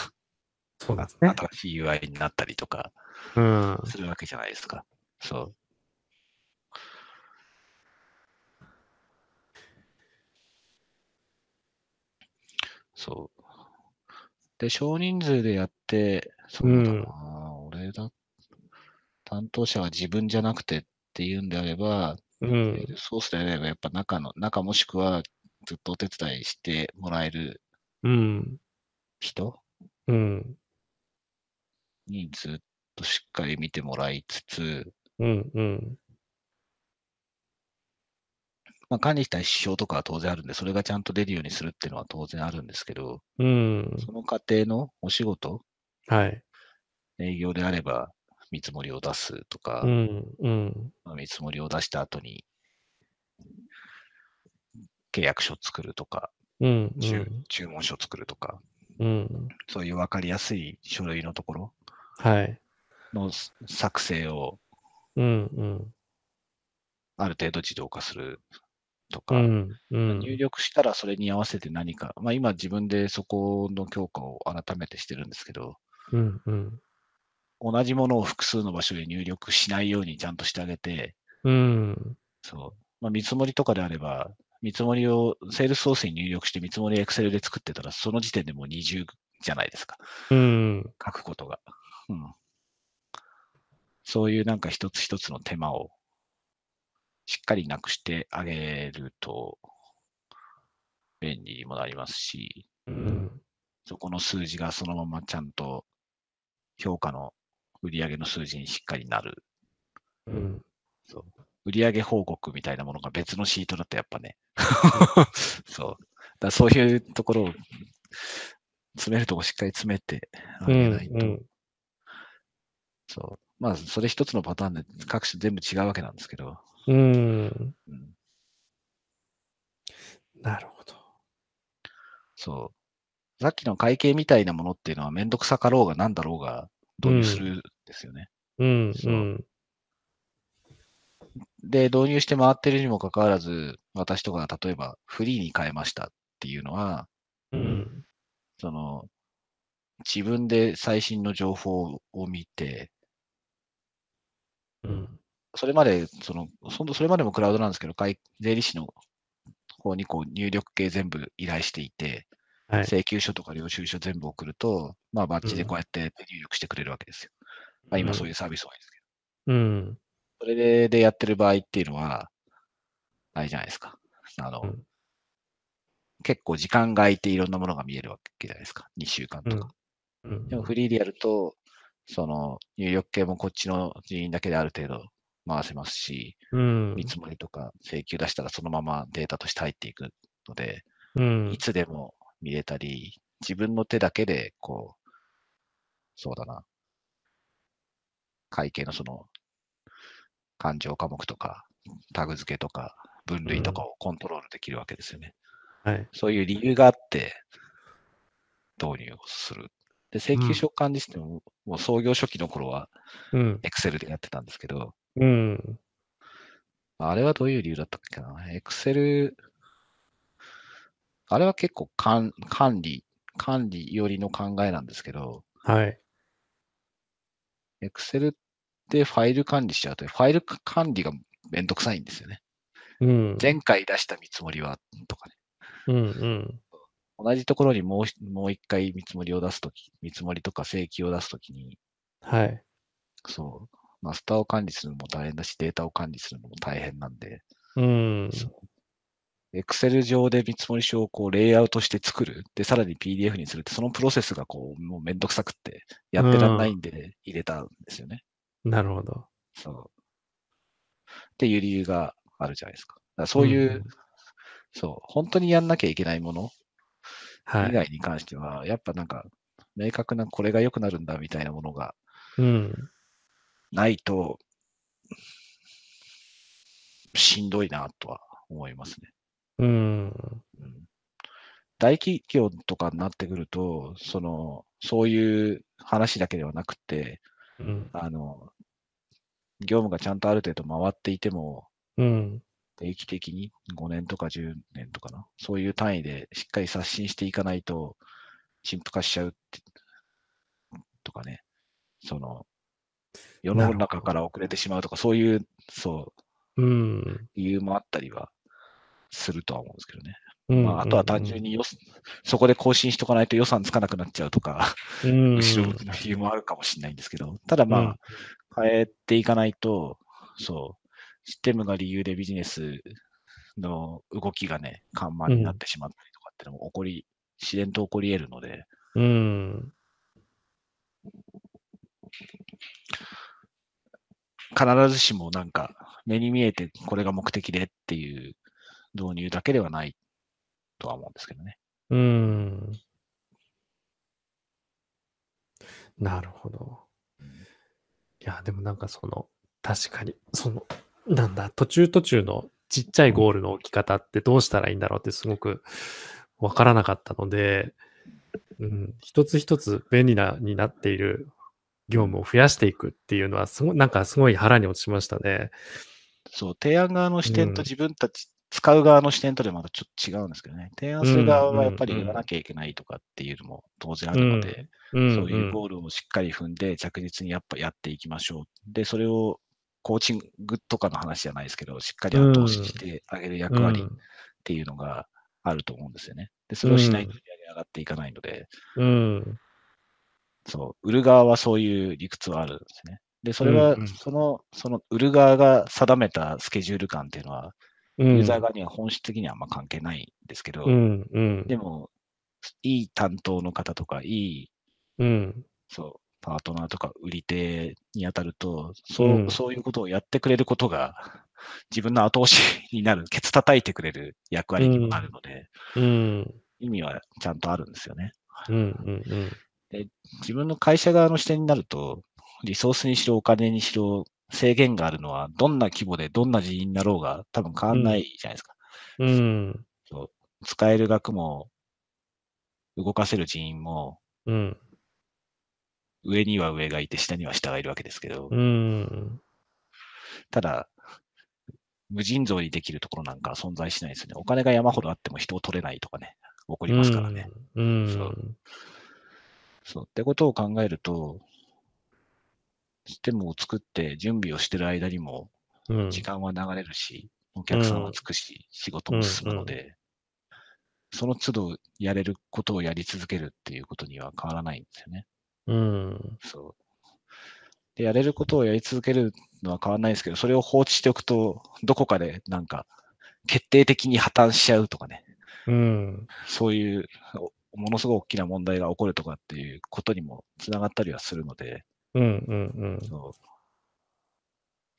S2: そうですね。
S1: 新しい UI になったりとか
S2: うん。
S1: するわけじゃないですか。そう。そう。で、少人数でやって、そうだな、俺だ、担当者は自分じゃなくてっていうんであれば、
S2: うん。
S1: ソースであれば、やっぱ中の、中もしくはずっとお手伝いしてもらえる
S2: うん。
S1: 人
S2: うん。
S1: にずっとしっかり見てもらいつつ、
S2: うん。うん。
S1: まあ、管理した指標とかは当然あるんで、それがちゃんと出るようにするっていうのは当然あるんですけど、
S2: うん。
S1: その過程のお仕事、
S2: はい。
S1: 営業であれば、見積もりを出すとか、
S2: うん。うん。
S1: まあ見積もりを出した後に、契約書作るとか、
S2: うん。
S1: 注注文書作るとか、
S2: ううん。
S1: そういう分かりやすい書類のところ
S2: はい。
S1: の作成を
S2: うん、うん。
S1: ある程度自動化すると
S2: う
S1: か、
S2: ん、うん。
S1: 入力したらそれに合わせて何か、まあ今自分でそこの強化を改めてしてるんですけど、
S2: うん、うん。
S1: 同じものを複数の場所へ入力しないようにちゃんとしてあげて、
S2: うん。
S1: そう。まあ見積もりとかであれば、見積もりを、セールスソースに入力して見積もり Excel で作ってたら、その時点でもう20じゃないですか。
S2: うん。
S1: 書くことが。うん。そういうなんか一つ一つの手間をしっかりなくしてあげると便利にもなりますし、
S2: うん。
S1: そこの数字がそのままちゃんと評価の売上の数字にしっかりなる。
S2: うん。
S1: 売上報告みたいなものが別のシートだとやっぱね。 [LAUGHS] そう。だからそういうところを詰めるとこしっかり詰めてあ
S2: う
S1: げ
S2: ん
S1: ないと。そう。まあ、それ一つのパターンで各種全部違うわけなんですけど。
S2: うん。
S1: うん、
S2: なるほど。
S1: そう。さっきの会計みたいなものっていうのはめんどくさかろうがなんだろうが導入するんですよね。
S2: うん、
S1: そう
S2: うん。
S1: で、導入して回ってるにもかかわらず、私とかが例えばフリーに変えましたっていうのは、
S2: うん。
S1: その、自分で最新の情報を見て、
S2: うん。
S1: それまで、その、そのそれまでもクラウドなんですけど、会税理士の方にこう入力系全部依頼していて、
S2: はい。
S1: 請求書とか領収書全部送ると、まあ、バッジでこうやって入力してくれるわけですよ。まあ、今そういうサービス多いですけど。
S2: うん。
S1: それででやってる場合っていうのは、あれじゃないですか。あの、
S2: うん
S1: 結構時間が空いていろんなものが見えるわけじゃないですか。2週間とか。
S2: うん
S1: でもフリーでやると、その入力系もこっちの人員だけである程度回せますし、
S2: うん。
S1: 見積もりとか請求出したらそのままデータとして入っていくので、
S2: うん
S1: い。つでも見れたり、自分の手だけで、こう、そうだな、会計のその、勘定科目とか、タグ付けとか、分類とかをコントロールできるわけですよね。
S2: はい。
S1: そういう理由があって、導入をする。で、請求書管理システムも、もう創業初期の頃は、
S2: うん。
S1: Excel でやってたんですけど、
S2: うん。
S1: あれはどういう理由だったっけな ?Excel、あれは結構管管理、管理よりの考えなんですけど、
S2: はい。
S1: Excel ってファイル管理しちゃうと、ファイル管理がめんどくさいんですよね。
S2: うん。
S1: 前回出した見積もりはとかね。
S2: うん。うん。
S1: 同じところにもうひもう一回見積もりを出すとき、見積もりとか請求を出すときに、
S2: はい。
S1: そう、マスターを管理するのも大変だし、データを管理するのも大変なんで、
S2: うん。
S1: Excel 上で見積もり書をこうレイアウトして作る。で、さらに PDF にするって、そのプロセスがこう、もうめんどくさくって、やってらんないんで入れたんですよね。
S2: なるほど。
S1: そう。っていう理由があるじゃないですか。だからそういう、
S2: ん。
S1: そう、本当にやんなきゃいけないもの
S2: は
S1: 以
S2: い。
S1: 外に関しては、やっぱなんか、明確なこれが良くなるんだみたいなものが
S2: うん。
S1: ないと、しんどいなとは思いますね。
S2: うん。
S1: うん大企業とかになってくると、その、そういう話だけではなくて、
S2: うん。
S1: あの、業務がちゃんとある程度回っていても、
S2: うん。
S1: 定期的に5年とか10年とかな、そういう単位でしっかり刷新していかないと、陳腐化しちゃうってとかね、その、世の中から遅れてしまうとか、そういう、そう、
S2: うん。
S1: 理由もあったりはするとは思うんですけどね。
S2: うん
S1: まあ、あとは単純。に予算そこで更新しとかないと予算つかなくなっちゃうとか、
S2: うん。
S1: 後ろ向きの理由もあるかもしれないんですけど、ただまあ、変えていかないと、そう、システムが理由でビジネスの動きがね、緩慢になってしまったりとかっていうのも起こり、自然と起こり得るので、
S2: うん。
S1: 必ずしもなんか、目に見えてこれが目的でっていう導入だけではないとは思うんですけどね。
S2: うん。なるほど。いや、でもなんかその、確かに、その、なんだ、途中途中のちっちゃいゴールの置き方ってどうしたらいいんだろうってすごくわからなかったので、うん、一つ一つ便利なになっている業務を増やしていくっていうのは、すごなんかすごい腹に落ちましたね。
S1: そう、提案側の視点と
S2: うん
S1: 自分たち、使う側の視点とでまたちょっと違うんですけどね。提案する側
S2: うんうん
S1: はやっぱり言わなきゃいけないとかっていうのも当然あるので、
S2: うん
S1: そういう
S2: うん
S1: ゴールをしっかり踏んで、着実にやっぱやっていきましょう。で、それをコーチングとかの話じゃないですけど、しっかり後押ししてあげる役割っていうのがあると思うんですよね。で、それをしないと売り上げ上がっていかないので、
S2: うんうん
S1: そう、売る側はそういう理屈はあるんですね。で、それは
S2: うんうん、
S1: その、その、売る側が定めたスケジュール感っていうのは、
S2: うん
S1: ユーザー側には本質的にはあんま関係ないんですけど、
S2: うんうん
S1: でも、いい担当の方とか、いい、
S2: うん
S1: そう、パートナーとか売り手に当たると、そう、
S2: うん
S1: そういうことをやってくれることが、 [LAUGHS] 自分の後押しになる、ケツ叩いてくれる役割にもなるので、
S2: うん
S1: 意味はちゃんとあるんですよね。
S2: うんうんうん
S1: 自分の会社側の視点になると、リソースにしろお金にしろ制限があるのは、どんな規模でどんな人員になろうが多分変わんないじゃないですか。
S2: うん
S1: 使える額も、動かせる人員も、
S2: うん
S1: 上には上がいて下には下がいるわけですけど、
S2: うん
S1: ただ、無尽蔵にできるところなんかは存在しないですよね。お金が山ほどあっても人を取れないとかね、起こりますからね。
S2: うん
S1: そうそう。ってことを考えると、システムを作って準備をしてる間にも、
S2: うん
S1: 時間は流れるし、お客さんはつくし、仕事も進むので、その都度やれることをやり続けるっていうことには変わらないんですよね。
S2: うん
S1: そう。で、やれることをやり続けるのは変わらないですけど、それを放置しておくと、どこかでなんか、決定的に破綻しちゃうとかね、
S2: うん
S1: そういう、おものすごい大きな問題が起こるとかっていうことにもつながったりはするので、
S2: うんうんうん
S1: そう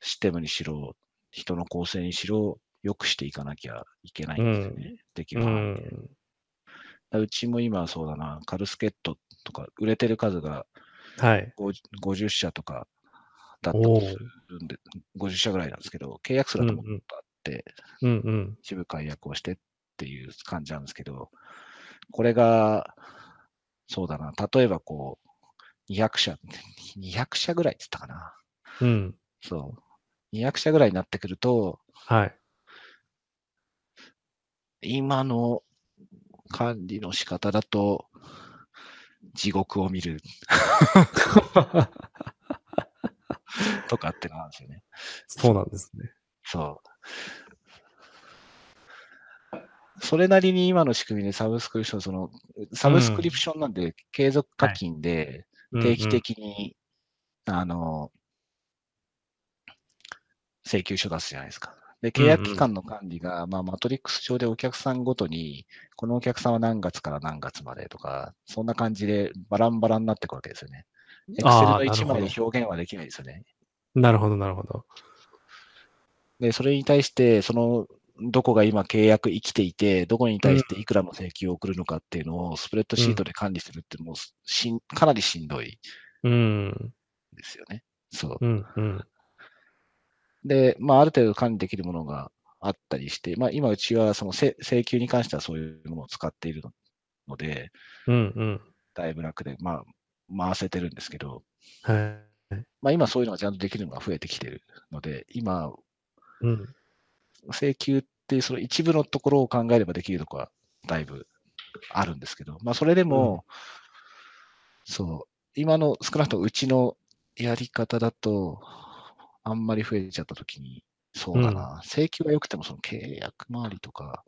S1: システムにしろ、人の構成にしろ、良くしていかなきゃいけないんですよね。できる
S2: う
S1: 範囲でだか
S2: ん
S1: らうちも今そうだな、カルスケットとか、売れてる数が
S2: はい
S1: 50 50社とかだった
S2: お
S1: と
S2: ー
S1: するんで、50社ぐらいなんですけど、契約数だともっとあって、
S2: うんうん
S1: 一部解約をしてっていう感じなんですけど、これが、そうだな、例えばこう、200社、200社ぐらいって言ったかな。
S2: うん
S1: そう。200社ぐらいになってくると、
S2: はい
S1: 今の管理の仕方だと、地獄を見るとかってのがあるんですよね。
S2: そうなんですね
S1: そう。それなりに今の仕組みでサブスクリプション、その、サブスクリプションなんで継続課金で定期的に、あの、請求書出すじゃないですか。で、契約期間の管理が、まあ、マトリックス上でお客さんごとに、このお客さんは何月から何月までとか、そんな感じでバランバラになっていくわけですよね。エクセル
S2: あ
S1: の
S2: ー
S1: 1枚
S2: なる
S1: で
S2: ほ
S1: 表現はできないですよね。
S2: どなるほどなるほど
S1: で、それに対して、その、どこが今契約生きていて、どこに対していくらの請求を送るのかっていうのをスプレッドシートで管理するって、もうしん、かなりしんどい
S2: うん
S1: んですよね。そ
S2: うんうん
S1: う。で、まあ、ある程度管理できるものがあったりして、まあ、今うちはそのせ請求に関してはそういうものを使っているので、
S2: うんうん
S1: だいぶ楽で、まあ、回せてるんですけど、
S2: はい
S1: まあ、今そういうのがちゃんとできるのが増えてきてるので、今、
S2: うん
S1: 請求ってその一部のところを考えればできるとこはだいぶあるんですけど、まあそれでも、そう、今の少なくともうちのやり方だと、あんまり増えちゃったときに、そうだな、請求は良くてもその契約周りとか、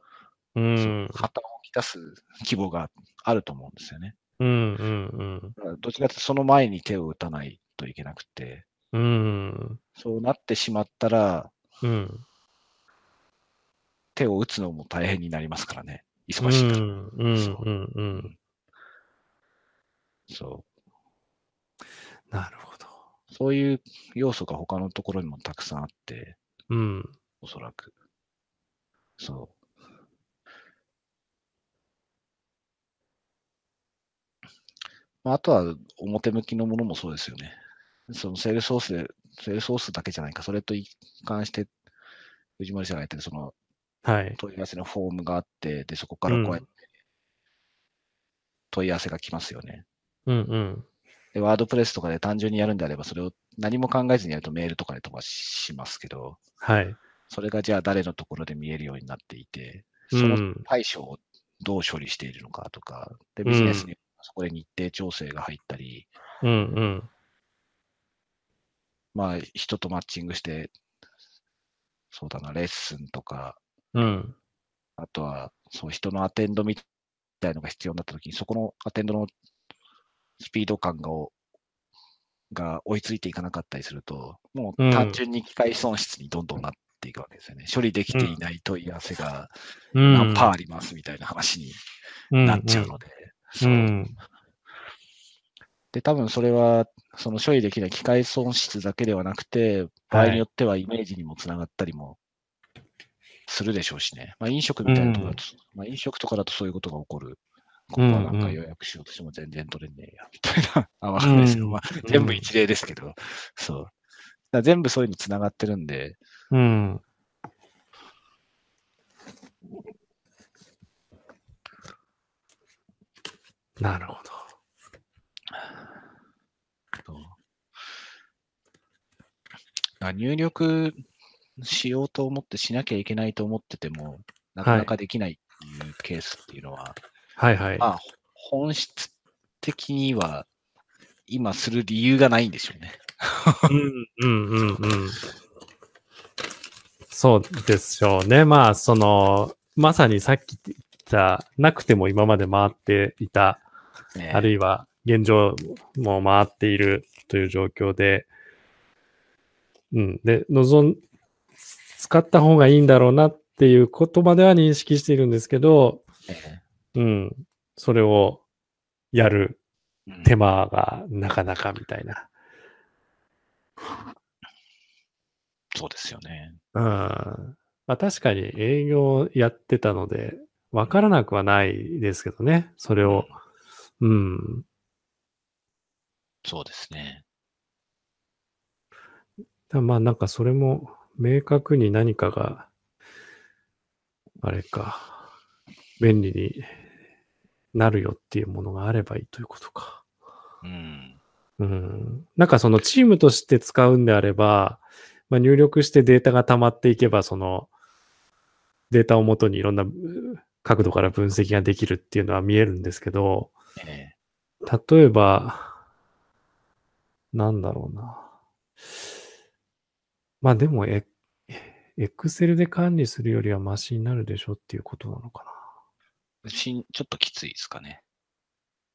S2: う
S1: そ
S2: ん
S1: の破綻をきたす規模があると思うんですよね。
S2: うんうん
S1: だからどちらかというとその前に手を打たないといけなくて、
S2: うんうん
S1: そうなってしまったら、
S2: うん
S1: 手を打つのも大変になりますからね、忙
S2: う
S1: しいから。
S2: んうんうんうん。
S1: そう
S2: なるほど。
S1: そういう要素が他のところにもたくさんあって、
S2: うん。
S1: おそらく。そう。まあ、あとは表向きのものもそうですよね。そのセールソースで、セールソースだけじゃないか、それと一貫して、藤森さんが言ってるその
S2: はい。
S1: 問い合わせのフォームがあって、で、そこからこうやって、問い合わせが来ますよね。
S2: うんうん。
S1: で、ワードプレスとかで単純にやるんであれば、それを何も考えずにやるとメールとかで飛ばしますけど、
S2: はい。
S1: それがじゃあ誰のところで見えるようになっていて、
S2: う
S1: その
S2: ん。
S1: 対象をどう処理しているのかとか、で、
S2: うん
S1: ビジネスにそこで日程調整が入ったり、
S2: うんうん。
S1: まあ、人とマッチングして、そうだな、レッスンとか、
S2: うん。
S1: あとは、そう、人のアテンドみたいのが必要になったときに、そこのアテンドのスピード感がを、が追いついていかなかったりすると、も
S2: うん
S1: う単純に機械損失にどんどんなっていくわけですよね。処理できていない問い合わせが
S2: うん。
S1: 何パーありますみたいな話になっちゃうので。
S2: う
S1: そ
S2: ん
S1: う
S2: うん。うん。
S1: で、多分それは、その処理できない機械損失だけではなくて、場合によってはイメージにもつながったりもするでしょうしね。まあ飲食みたいなところだと、まあ飲食とかだとそういうことが起こる。ここはなんか予約しようとしても全然取れねえや、みたいな。 [LAUGHS] あ、わかんないですけど、まあ全部一例ですけど、そう。だから全部そういうのつながってるんで、
S2: うん。なるほど。
S1: そうあ入力しようと思って、しなきゃいけないと思ってても、なかなかできないっていうケースっていうのは、
S2: はいはい。
S1: まあ、本質的には、今する理由がないんでしょうね。
S2: うんうんうんうん。そうでしょうね。まあ、その、まさにさっき言った、なくても今まで回っていた、
S1: ね
S2: あるいは現状も回っているという状況で、うん。で、望ん、使った方がいいんだろうなっていうことまでは認識しているんですけど、
S1: ね
S2: うん。それをやる
S1: うん
S2: 手間がなかなかみたいな。
S1: そうですよね。
S2: うんまあ、確かに営業やってたので、わからなくはないですけどね、それを。うん。
S1: そうですね。
S2: ただまあなんかそれも明確に何かが、あれか、便利になるよっていうものがあればいいということか。
S1: うん。
S2: うん。なんかそのチームとして使うんであれば、まあ、入力してデータが溜まっていけば、そのデータをもとにいろんなう角度から分析ができるっていうのは見えるんですけど、
S1: ね
S2: 例えば、なんだろうな。まあでもエ、エクセルで管理するよりはマシになるでしょっていうことなのか
S1: しんちょっときついですかね。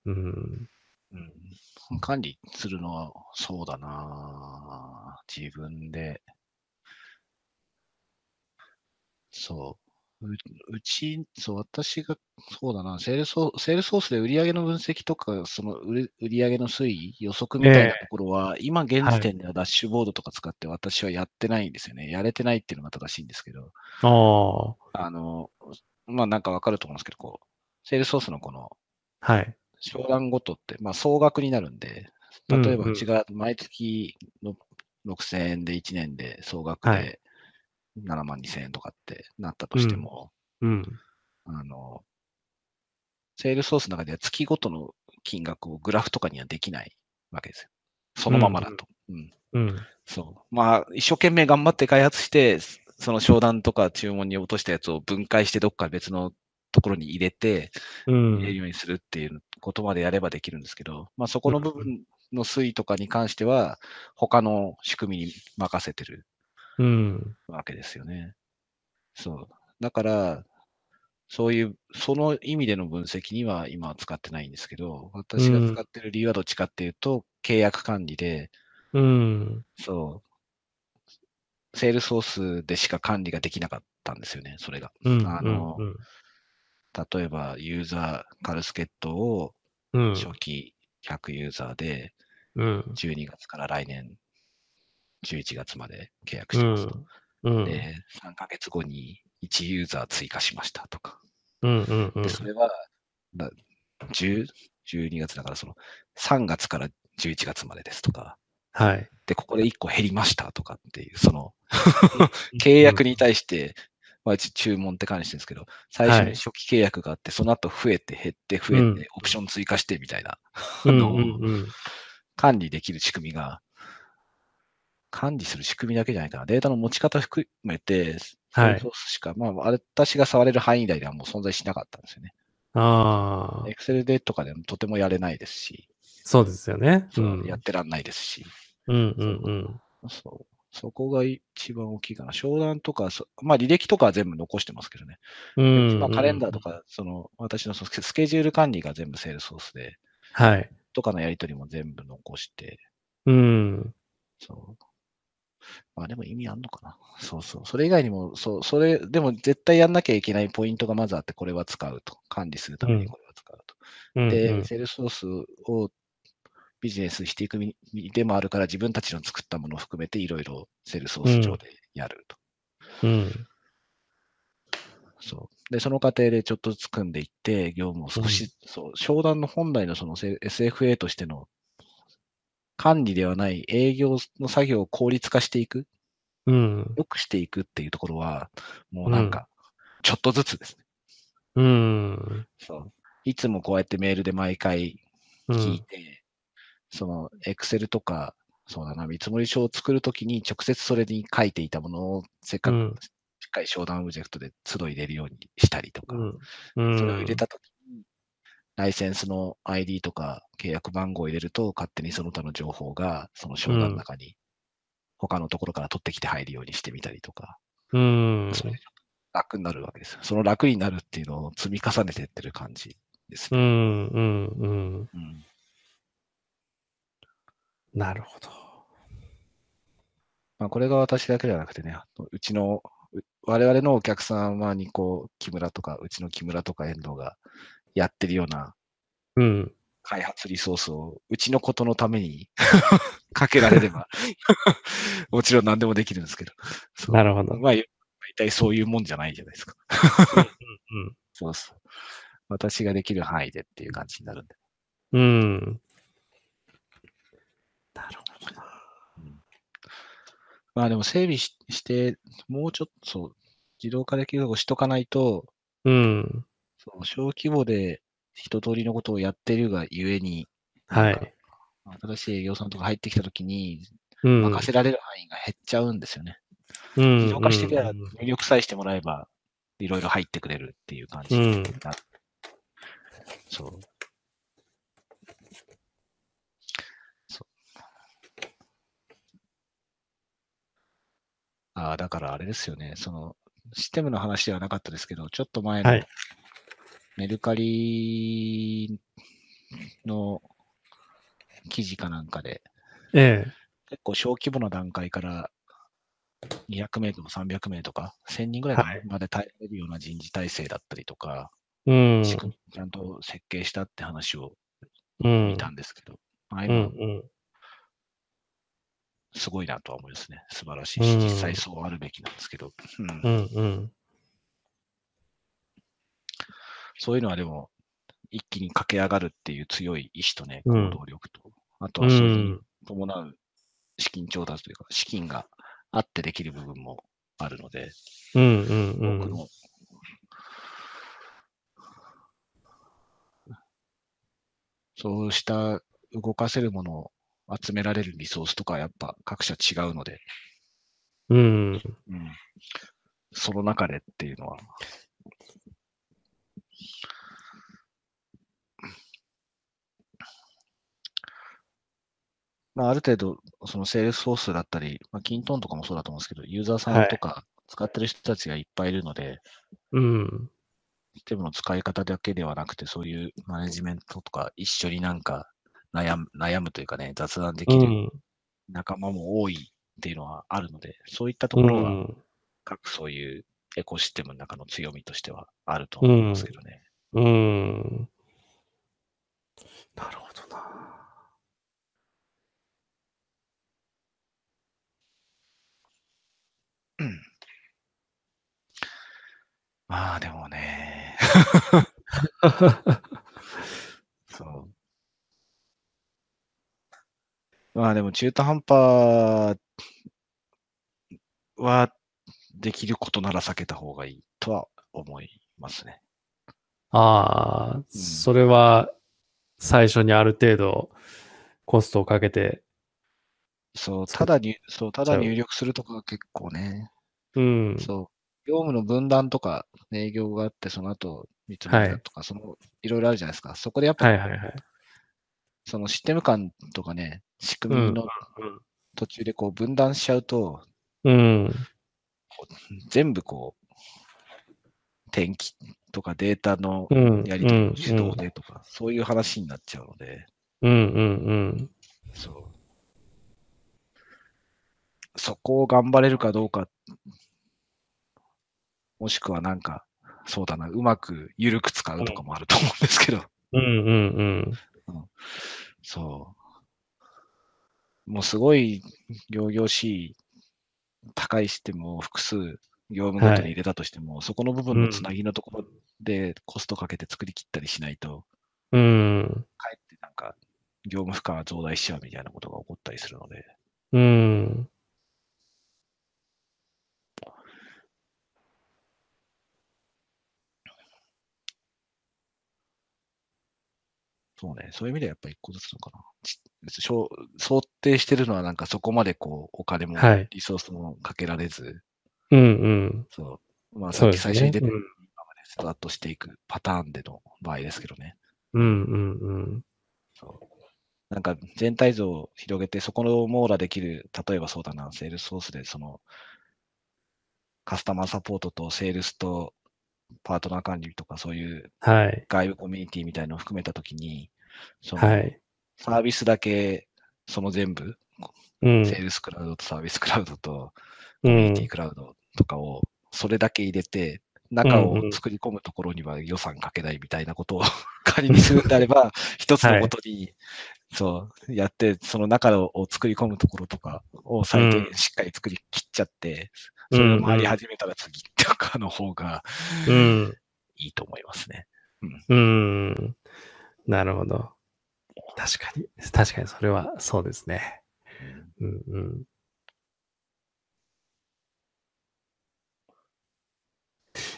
S2: な。うん。
S1: うん。管理するのは、そうだな自分で。そう。ううち、そう、私が、そうだな、セールソーセールソースで売り上げの分析とか、その売り売り上げの推移、予測みたいな
S2: え
S1: ところは、今現
S2: はい
S1: 時点ではダッシュボードとか使って私はやってないんですよね。やれてないっていうのが正しいんですけど、
S2: ああ。
S1: あの、まあなんかわかると思うんですけど、こう、セールソースのこの
S2: はい。
S1: 商談ごとって、まあ、総額になるんで、例えば
S2: うんうん
S1: うちが毎月の6000円で1年で総額
S2: は
S1: で7万2000円とかってなったとしても、
S2: うん。
S1: あの、セールソースの中では月ごとの金額をグラフとかにはできないわけですよ。そのままだと。うん
S2: うん。
S1: そう。まあ、一生懸命頑張って開発して、そその商談とか注文に落としたやつを分解してどっか別のところに入れて、
S2: う
S1: 入れる
S2: ん。
S1: ようにするっていうことまでやればできるんですけど、まあ、そこの部分の推移とかに関しては、他の仕組みに任せてる
S2: うん。
S1: わけですよね。そう。だから、そういう、その意味での分析には今は使ってないんですけど、私が使ってる理由はどっちかっていうと、契約管理で、
S2: うん。
S1: そう、セールソースでしか管理ができなかったんですよね、それが。
S2: うん。
S1: あの
S2: うん
S1: 例えば、ユーザー、カルスケットを
S2: うん。
S1: 初期100ユーザーで、
S2: うん。
S1: 12月から来年11月まで契約し
S2: う
S1: てますと。
S2: ん。うん。
S1: で、3ヶ月後に1ユーザー追加しましたとか。
S2: うんうんうん
S1: で、それは、な10 12月だからその3月から11月までですとか。
S2: はい。 [LAUGHS]
S1: で、ここで1個減りましたとかっていう、その契約に対してまあ、一注文って管理してるんですけど、最初
S2: は
S1: に
S2: い
S1: 初期契約があって、その後増えて減って増え
S2: うん
S1: て、オプション追加してみたいな、
S2: う
S1: [LAUGHS]
S2: ん
S1: あの
S2: うん
S1: 管理できる仕組みが、管理する仕組みだけじゃないかな。データの持ち方含めて、
S2: はい
S1: ソースしか、まあ、私が触れる範囲内ではもう存在しなかったんですよね。
S2: ああ、
S1: Excel でとかでもとてもやれないですし、
S2: そうですよね。う
S1: そ
S2: ん
S1: う。やってらんないですし、
S2: うんうんうん。
S1: そうそこが一番大きいかな。商談とか、そまあ、履歴とかは全部残してますけどね。
S2: うん
S1: まあ、カレンダーと。か、その私のそのスケジュール管理が全部セールソースで、
S2: はい。
S1: とかのやり取りも全部残して、
S2: うん。
S1: そう。まあでも意味あんのかな。そうそう。それ以外にも、そう、それ、でも絶対やんなきゃいけないポイントがまずあって、これは使うと。管理するためにこれは使うと。
S2: うんう
S1: で、
S2: ん
S1: セールスソースをビジネスしていく身でもあるから、自分たちの作ったものを含めていろいろセールスソース上でやると。
S2: うん。
S1: そう。で、その過程でちょっとずつ組んでいって、業務を少し、そう、商談の本来のそのせ SFA としての管理ではない営業の作業を効率化していく、
S2: うん。
S1: 良くしていくっていうところは、もうなんか、ちょっとずつですね。
S2: うん。
S1: そう。いつもこうやってメールで毎回
S2: う
S1: 聞い
S2: ん。
S1: て、その Excel とか、そうだな、見積もり書を作るときに直接それに書いていたものを、せっか
S2: う
S1: く
S2: ん
S1: しっかり商談オブジェクトで都度入れるようにしたりとか、
S2: うん。
S1: それを入れたときに、ライセンスの ID とか契約番号を入れると、勝手にその他の情報が、その商談の中に、他のところから取ってきて入るようにしてみたりとか、
S2: うん。
S1: それ楽になるわけですよ。その楽になるっていうのを積み重ねていってる感じです
S2: う
S1: ね。
S2: ん。うん。うん。
S1: うん
S2: なるほど。
S1: まあ、これが私だけじゃなくてね、あのうちの、う我々のお客様にこう、木村とか、うちの木村とか遠藤がやってるような
S2: うん。
S1: 開発リソースをうちのことのために [LAUGHS] かけられれば、 [LAUGHS] もちろん何でもできるんですけど、そう
S2: なるほど。
S1: まあ、大体そういうもんじゃないじゃないですか。
S2: うん
S1: そうそう。私ができる範囲でっていう感じになるんで。
S2: うん。なるほどな。
S1: まあでも整備しして、もうちょっと、そう、自動化できるをしとかないと、
S2: うん。
S1: その小規模で一通りのことをやってるがゆえに、
S2: はい。
S1: 新しい営業さんとか入ってきたときに、
S2: うん。
S1: 任せられる範囲が減っちゃうんですよね。
S2: うん
S1: 自動化してきゃ
S2: うん
S1: 入力さえしてもらえば、いろいろ入ってくれるっていう感じ
S2: う
S1: に
S2: ん
S1: なる。そう。そう。ああ、だからあれですよね。その、システムの話ではなかったですけど、ちょっと前の
S2: はい
S1: メルカリの記事かなんかで、
S2: ええ。
S1: 結構小規模の段階から200名とか300名とか1000人ぐらいかな
S2: はい
S1: まで耐えられるような人事体制だったりとか、
S2: うん。
S1: 仕組みちゃんと設計したって話を
S2: うん
S1: 見たんですけど、ああいう
S2: う
S1: の
S2: ん。うん。
S1: すごいなとは思いますね。素晴らし
S2: う
S1: いし、
S2: ん
S1: 実際そうあるべきなんですけど、うん
S2: うん。うん。
S1: そういうのはでも一気に駆け上がるっていう強い意志とね、
S2: う
S1: 行
S2: ん
S1: 動力と、あと
S2: う
S1: はそれに
S2: ん。
S1: 伴う資金調達というか、資金があってできる部分もあるので、
S2: うん。うん。う
S1: 僕
S2: ん。
S1: の、そうした動かせるものを集められるリソースとかやっぱ各社違うので、
S2: うん。
S1: うん、その中でっていうのは。まあ、ある程度、そのセールスフォースだったり、まあ、キントンとかもそうだと思うんですけど、ユーザーさんとか使ってる人たちがいっぱいいるので、
S2: うん。
S1: システムの使い方だけではなくて、そういうマネジメントとか、一緒になんか悩む悩むというかね、雑談で
S2: う
S1: きる
S2: ん。
S1: 仲間も多いっていうのはあるので、そういったところは、各そういうエコシステムの中の強みとしてはあると思いますけどね。
S2: うん。なるほどな。
S1: まあでもね、 [LAUGHS] そう。まあでも中途半端は、できることなら避けた方がいいとは思いますね。
S2: ああ、
S1: うん
S2: それは最初にある程度コストをかけて、
S1: そう、
S2: 作
S1: た
S2: っ
S1: だ入、そう、た
S2: ち
S1: だ
S2: ゃう
S1: 入力するとかが結構ね、
S2: うん。
S1: そう、業務の分断とか、ね、営業があって、その後、見積もりだとか、その、いろいろあるじゃないですか。そこでやっぱ、
S2: はいはいはい。
S1: そのシステム感とかね、仕組みの途中でこう分断しちゃうと、
S2: うん。うん。
S1: 全部こう、天気とかデータの
S2: うん。
S1: やり取りを手
S2: うん
S1: 動でとか、そういう話になっちゃうので、
S2: うんうん
S1: そう。そこを頑張れるかどうか、もしくはなんか、そうだな、うまく緩く使うとかもあると思うんですけど、
S2: うん。うんうん
S1: そう。もうすごい行々しい高いシステムを複数業務ごとに入れたとしても、そこの部分
S2: う
S1: の
S2: ん
S1: つなぎのところでコストかけて作り切ったりしないと、
S2: うん。うん。
S1: かえってなんか業務負荷が増大しちゃうみたいなことが起こったりするので、
S2: うん。
S1: そうね、そういう意味ではやっぱ一個ずつのかな。ち想想定してるのはなんかそこまでこうお金も
S2: はい
S1: リソースもかけられず、
S2: うんうん。
S1: そう、まあさ
S2: そう
S1: っ
S2: で
S1: き
S2: す
S1: 最
S2: ね。
S1: 初に出て
S2: う
S1: る
S2: ん
S1: スタートしていくパターンでの場合ですけどね。
S2: うんうんうん。
S1: そうなんか全体像を広げて、そこの網羅できる、例えばそうだな、セールスソースでそのカスタマーサポートとセールスとパートナー管理とかそういう
S2: はい。
S1: 外部コミュニティみたいのを含めたときに、そ
S2: は
S1: の
S2: い。
S1: サービスだけ、その全部、
S2: うん。
S1: セールスクラウドとサービスクラウドと
S2: う
S1: コミュニティ
S2: ん。
S1: クラウドとかをそれだけ入れて、中
S2: うんう
S1: を
S2: ん
S1: 作り込むところには予算かけないみたいなことを [LAUGHS] 仮にするんであれば、
S2: [LAUGHS]
S1: 一つのことに、そう、やって、その中を作り込むところとかを最低限しっかり作り切っちゃって、それを回り始めたら次とかの方が [LAUGHS]
S2: うん。
S1: いいと思いますね。
S2: うん。なるほど。確かに。確かに、それはそうですね。うんうん。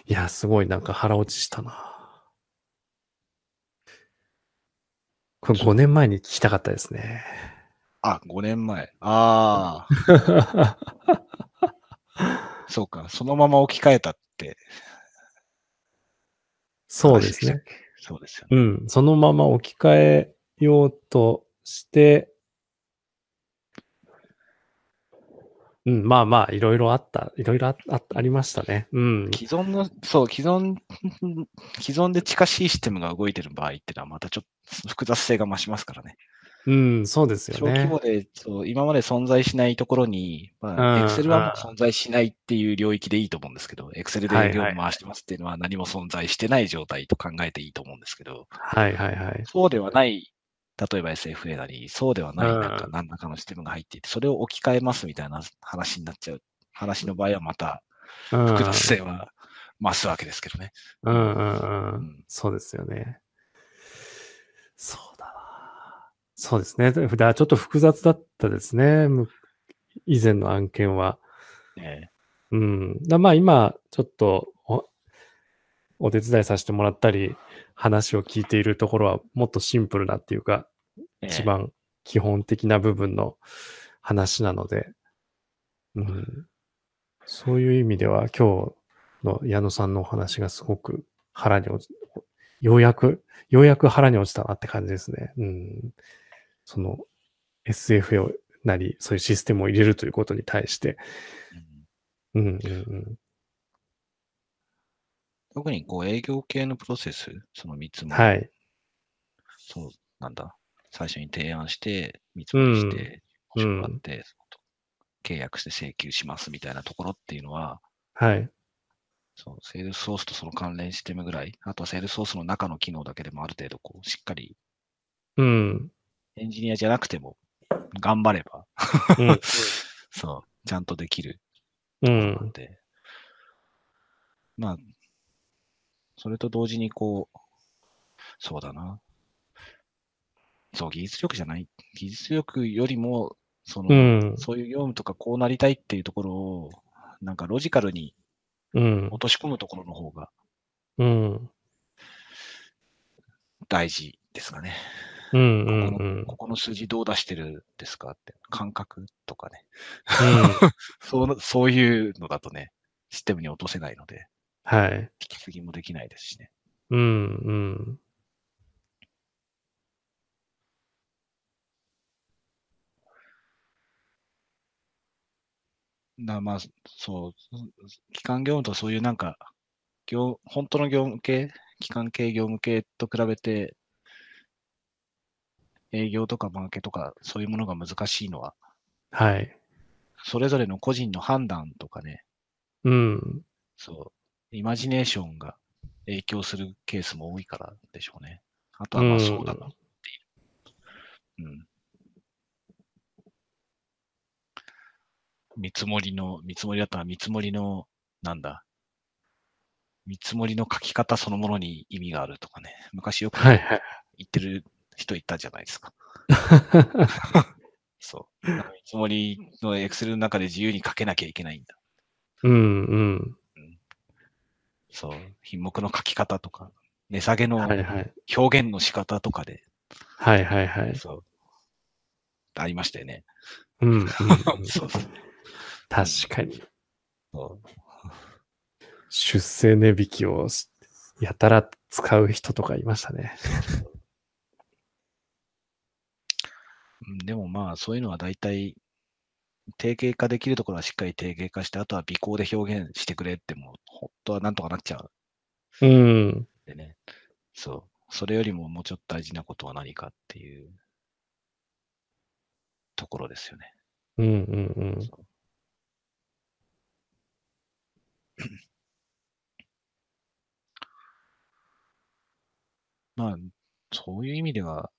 S2: いや、すごいなんか腹落ちしたな。これ5年前に聞きたかったですね。
S1: あ、5年前。ああ、そうか。そのまま置き換えたって。
S2: そうですね。。
S1: そうですよね。
S2: うん。そのまま置き換えようとして、うん、まあまあ、いろいろあった、いろいろああありましたね。うん。
S1: 既存の、そう、既存、 [LAUGHS] 既存で近しいシステムが動いてる場合っていうのは、またちょっと複雑性が増しますからね。
S2: うん、そうですよ
S1: 小規
S2: ね
S1: 模。で、そう、今まで存在しないところに、
S2: う
S1: ま
S2: ん
S1: あ、Excel はもう存在しないっていう領域でいいと思うんですけど、Excel で
S2: はいはい
S1: 業務回してますっていうのは何も存在してない状態と考えていいと思うんですけど、
S2: はいはいはい。
S1: そうではない、例えば SFA なり、そうではない、
S2: うん
S1: なんか何らかのシステムが入っていて、それを置き換えますみたいな話になっちゃう。話の場合はまた
S2: うん
S1: 複雑性は増すわけですけどね。
S2: うんうんう
S1: うんん。
S2: そうですよね。そうだな。そうですね。だからちょっと複雑だったですね。む以前の案件は。
S1: ええ
S2: うん。だまあ今、ちょっとお、お手伝いさせてもらったり、話を聞いているところはもっとシンプルなっていうか、
S1: ええ
S2: 一番基本的な部分の話なので、うん、そういう意味では今日の矢野さんのお話がすごく腹に落ち、ようやく、ようやく腹に落ちたなって感じですね。うん、その SFA なり、そういうシステムを入れるということに対して。
S1: うん
S2: うんうん
S1: 特にこう営業系のプロセス、その3つ
S2: うん、
S1: も、
S2: はい。
S1: そうなんだ、最初に提案して、見積もりして、
S2: うん
S1: 交渉があって、その後契約して請求しますみたいなところっていうのは、
S2: はい。
S1: そうセールスソースとその関連システムぐらい、あとはセールスソースの中の機能だけでもある程度こうしっかり
S2: うん。
S1: エンジニアじゃなくても頑張れば、
S2: うん。
S1: そう、ちゃんとできる
S2: う
S1: なん
S2: ん。
S1: で、まあ、それと同時にこう、そうだな。そう、技術力じゃない。技術力よりも、その、
S2: うん。
S1: そういう業務とかこうなりたいっていうところを、なんかロジカルに
S2: うん。
S1: 落とし込むところの方が
S2: うん。
S1: 大事ですかね。
S2: うん。う
S1: ここ
S2: ん。
S1: の,、
S2: うん。
S1: ここの数字どう出してるんですかって、感覚とかね。
S2: うん
S1: そうそういうのだとね、システムに落とせないので、
S2: はい。
S1: 引き継ぎもできないですしね。
S2: うん。うん。
S1: なまあ、そう、機関業務とそういうなんか、業本当の業務系、機関系業務系と比べて、営業とかマーケとか、そういうものが難しいのは、
S2: はい。
S1: それぞれの個人の判断とかね、
S2: うん。
S1: そう、イマジネーションが影響するケースも多いからでしょうね。あとは、まあ、
S2: うん
S1: そうだなっていう。うん。見積もりの、見積もりだったら見積もりの、なんだ。見積もりの書き方そのものに意味があるとかね。昔よく
S2: はい。はい。
S1: 言ってる人いたじゃないですか。そう。なんか見積もりのエクセルの中で自由に書けなきゃいけないんだ。
S2: うん。うん。
S1: そう。品目の書き方とか、値下げの
S2: はい。はい。
S1: 表現の仕方とかで、
S2: はい。はい。はい。
S1: そう。ありましたよね。
S2: うんうん。うん
S1: そうそう
S2: 確かに。
S1: そう
S2: 出世値引きをしやたら使う人とかいましたね。
S1: うんでもまあ、そういうのは大体、定型化できるところはしっかり定型化して、あとは微行で表現してくれっても、本当はなんとかなっちゃうん
S2: うん。
S1: でね。そう。それよりももうちょっと大事なことは何かっていうところですよね。
S2: うんうん
S1: そうまあ、そういう意味では、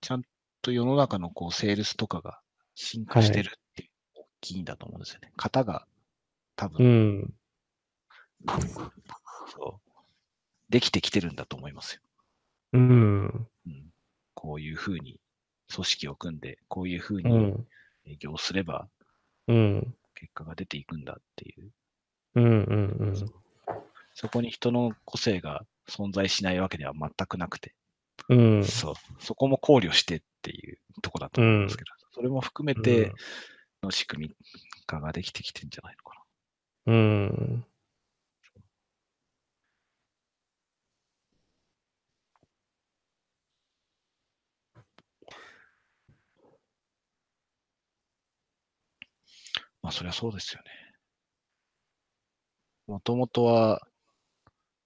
S1: ちゃんと世の中のこうセールスとかが進化してるって大きいんだと思うんですよね。型が多
S2: うん。う
S1: 分、
S2: ん。
S1: そうできてきてるんだと思いますよ。
S2: うん。
S1: うん、こういうふうに組織を組んで、こういうふう
S2: う
S1: に
S2: ん。
S1: 営業すれば
S2: うん。
S1: 結果が出ていくんだっていう。
S2: うん。うん。
S1: そこに人の個性が存在しないわけでは全くなくて、
S2: うん。
S1: そう、そこも考慮してっていうとこだと思うんですけど、それも含めての仕組み化ができてきてんじゃないのか
S2: うん。
S1: な。まあ、そりゃそうですよね。もともとは、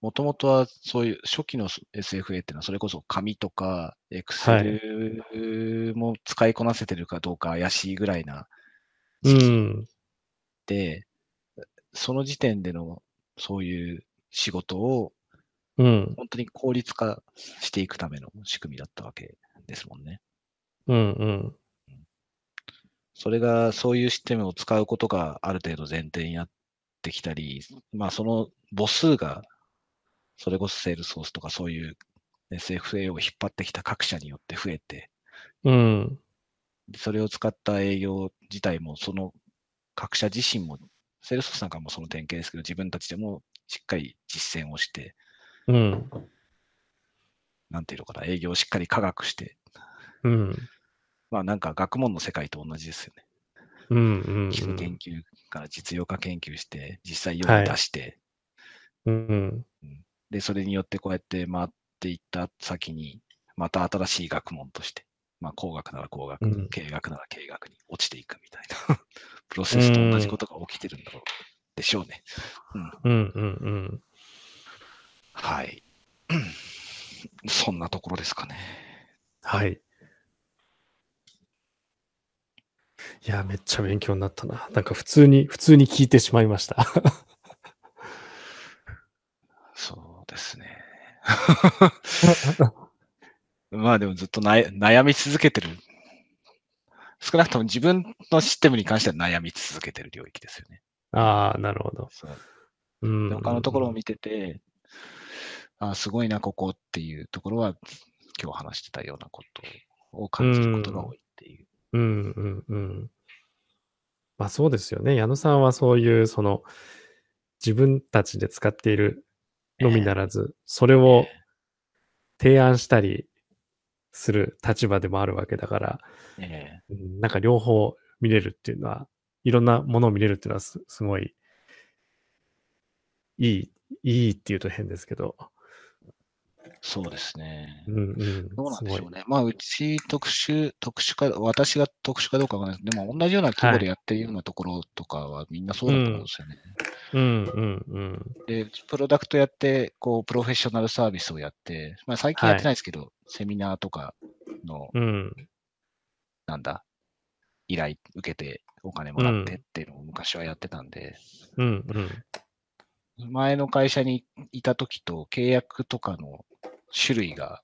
S1: もともとはそういう初期の SFA っていうのは、それこそ紙とか Excel も使いこなせてるかどうか怪しいぐらいな
S2: う
S1: 時期
S2: ん。
S1: で、その時点でのそういう仕事を
S2: うん。
S1: 本当に効率化していくための仕組みだったわけですもんね。
S2: うん。うん。
S1: それが、そういうシステムを使うことがある程度前提になってきたり、まあその母数が、それこそセールソースとかそういう SFA を引っ張ってきた各社によって増えて、
S2: うん。
S1: それを使った営業自体も、その各社自身も、セールソースなんかもその典型ですけど、自分たちでもしっかり実践をして、
S2: うん。
S1: なんていうのかな、営業をしっかり科学して、
S2: うん。
S1: まあなんか学問の世界と同じですよね。
S2: うん。
S1: 基礎研究から実用化研究して、実際世に出して、
S2: うん。
S1: で、それによってこうやって回っていった先に、また新しい学問として、まあ工学なら工学、
S2: うん
S1: 経営学なら経営学に落ちていくみたいな [LAUGHS] プロセスと同じことが起きてるんだろうでしょうね。
S2: うん。うん。
S1: はい。 [CLEARS THROAT] そんなところですかね。
S2: はい。いや、めっちゃ勉強になったな。なんか普通に、普通に聞いてしまいました。
S1: そうですね。まあでもずっと悩悩み続けてる。少なくとも自分のシステムに関しては悩み続けてる領域ですよね。
S2: ああ、なるほど。
S1: そう
S2: うん
S1: で他のところを見てて、あすごいな、ここっていうところは、今日話してたようなことを感じることが多いっていう。
S2: うんうんうん。まあそうですよね。矢野さんはそういう、その、自分たちで使っているのみならず、それを提案したりする立場でもあるわけだから、
S1: ええ
S2: うんなんか両方見れるっていうのは、いろんなものを見れるっていうのはすすごい、いい、いいっていうと変ですけど、
S1: そうですね
S2: う。んうん、
S1: どうなんでしょう
S2: ね。
S1: ね。まあ、うち特殊、特殊か、私が特殊かどうかわからないですけど、でも同じような規模でやってるようなところとかはみんなそうだと思うんですよね。
S2: うんうんうん。
S1: で、プロダクトやって、こう、プロフェッショナルサービスをやって、まあ、最近やってないですけど、セミナーとかの、
S2: うん。
S1: なんだ、依頼受けて、お金もらってっていうのを昔はやってたんで、
S2: うんうん。
S1: 前の会社にいた時と契約とかの種類が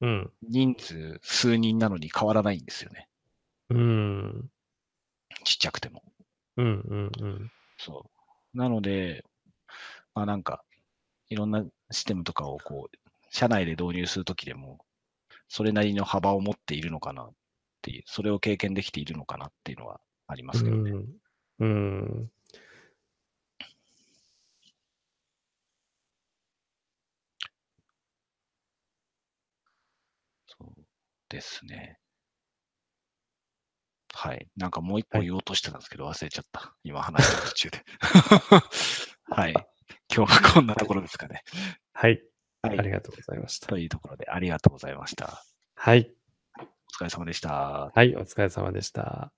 S2: うん。
S1: 人数数人なのに変わらないんですよね。
S2: うん。
S1: ちっちゃくても。
S2: うんうんうん。
S1: そう。なので、まあなんか、いろんなシステムとかをこう、社内で導入するときでも、それなりの幅を持っているのかなっていう、それを経験できているのかなっていうのはありますけどね。
S2: うん。うん。
S1: そうですね。はい。なんかもう一個
S2: はい
S1: 言おうとしてたんですけど、忘れちゃった。今話してる途中で。はい。今日はこんなところですかね。
S2: はい。
S1: は
S2: あり
S1: い。
S2: がとうございました。
S1: というところで、ありがとうございました。
S2: はい。
S1: お疲れ様でした。
S2: はい。お疲れ様でした。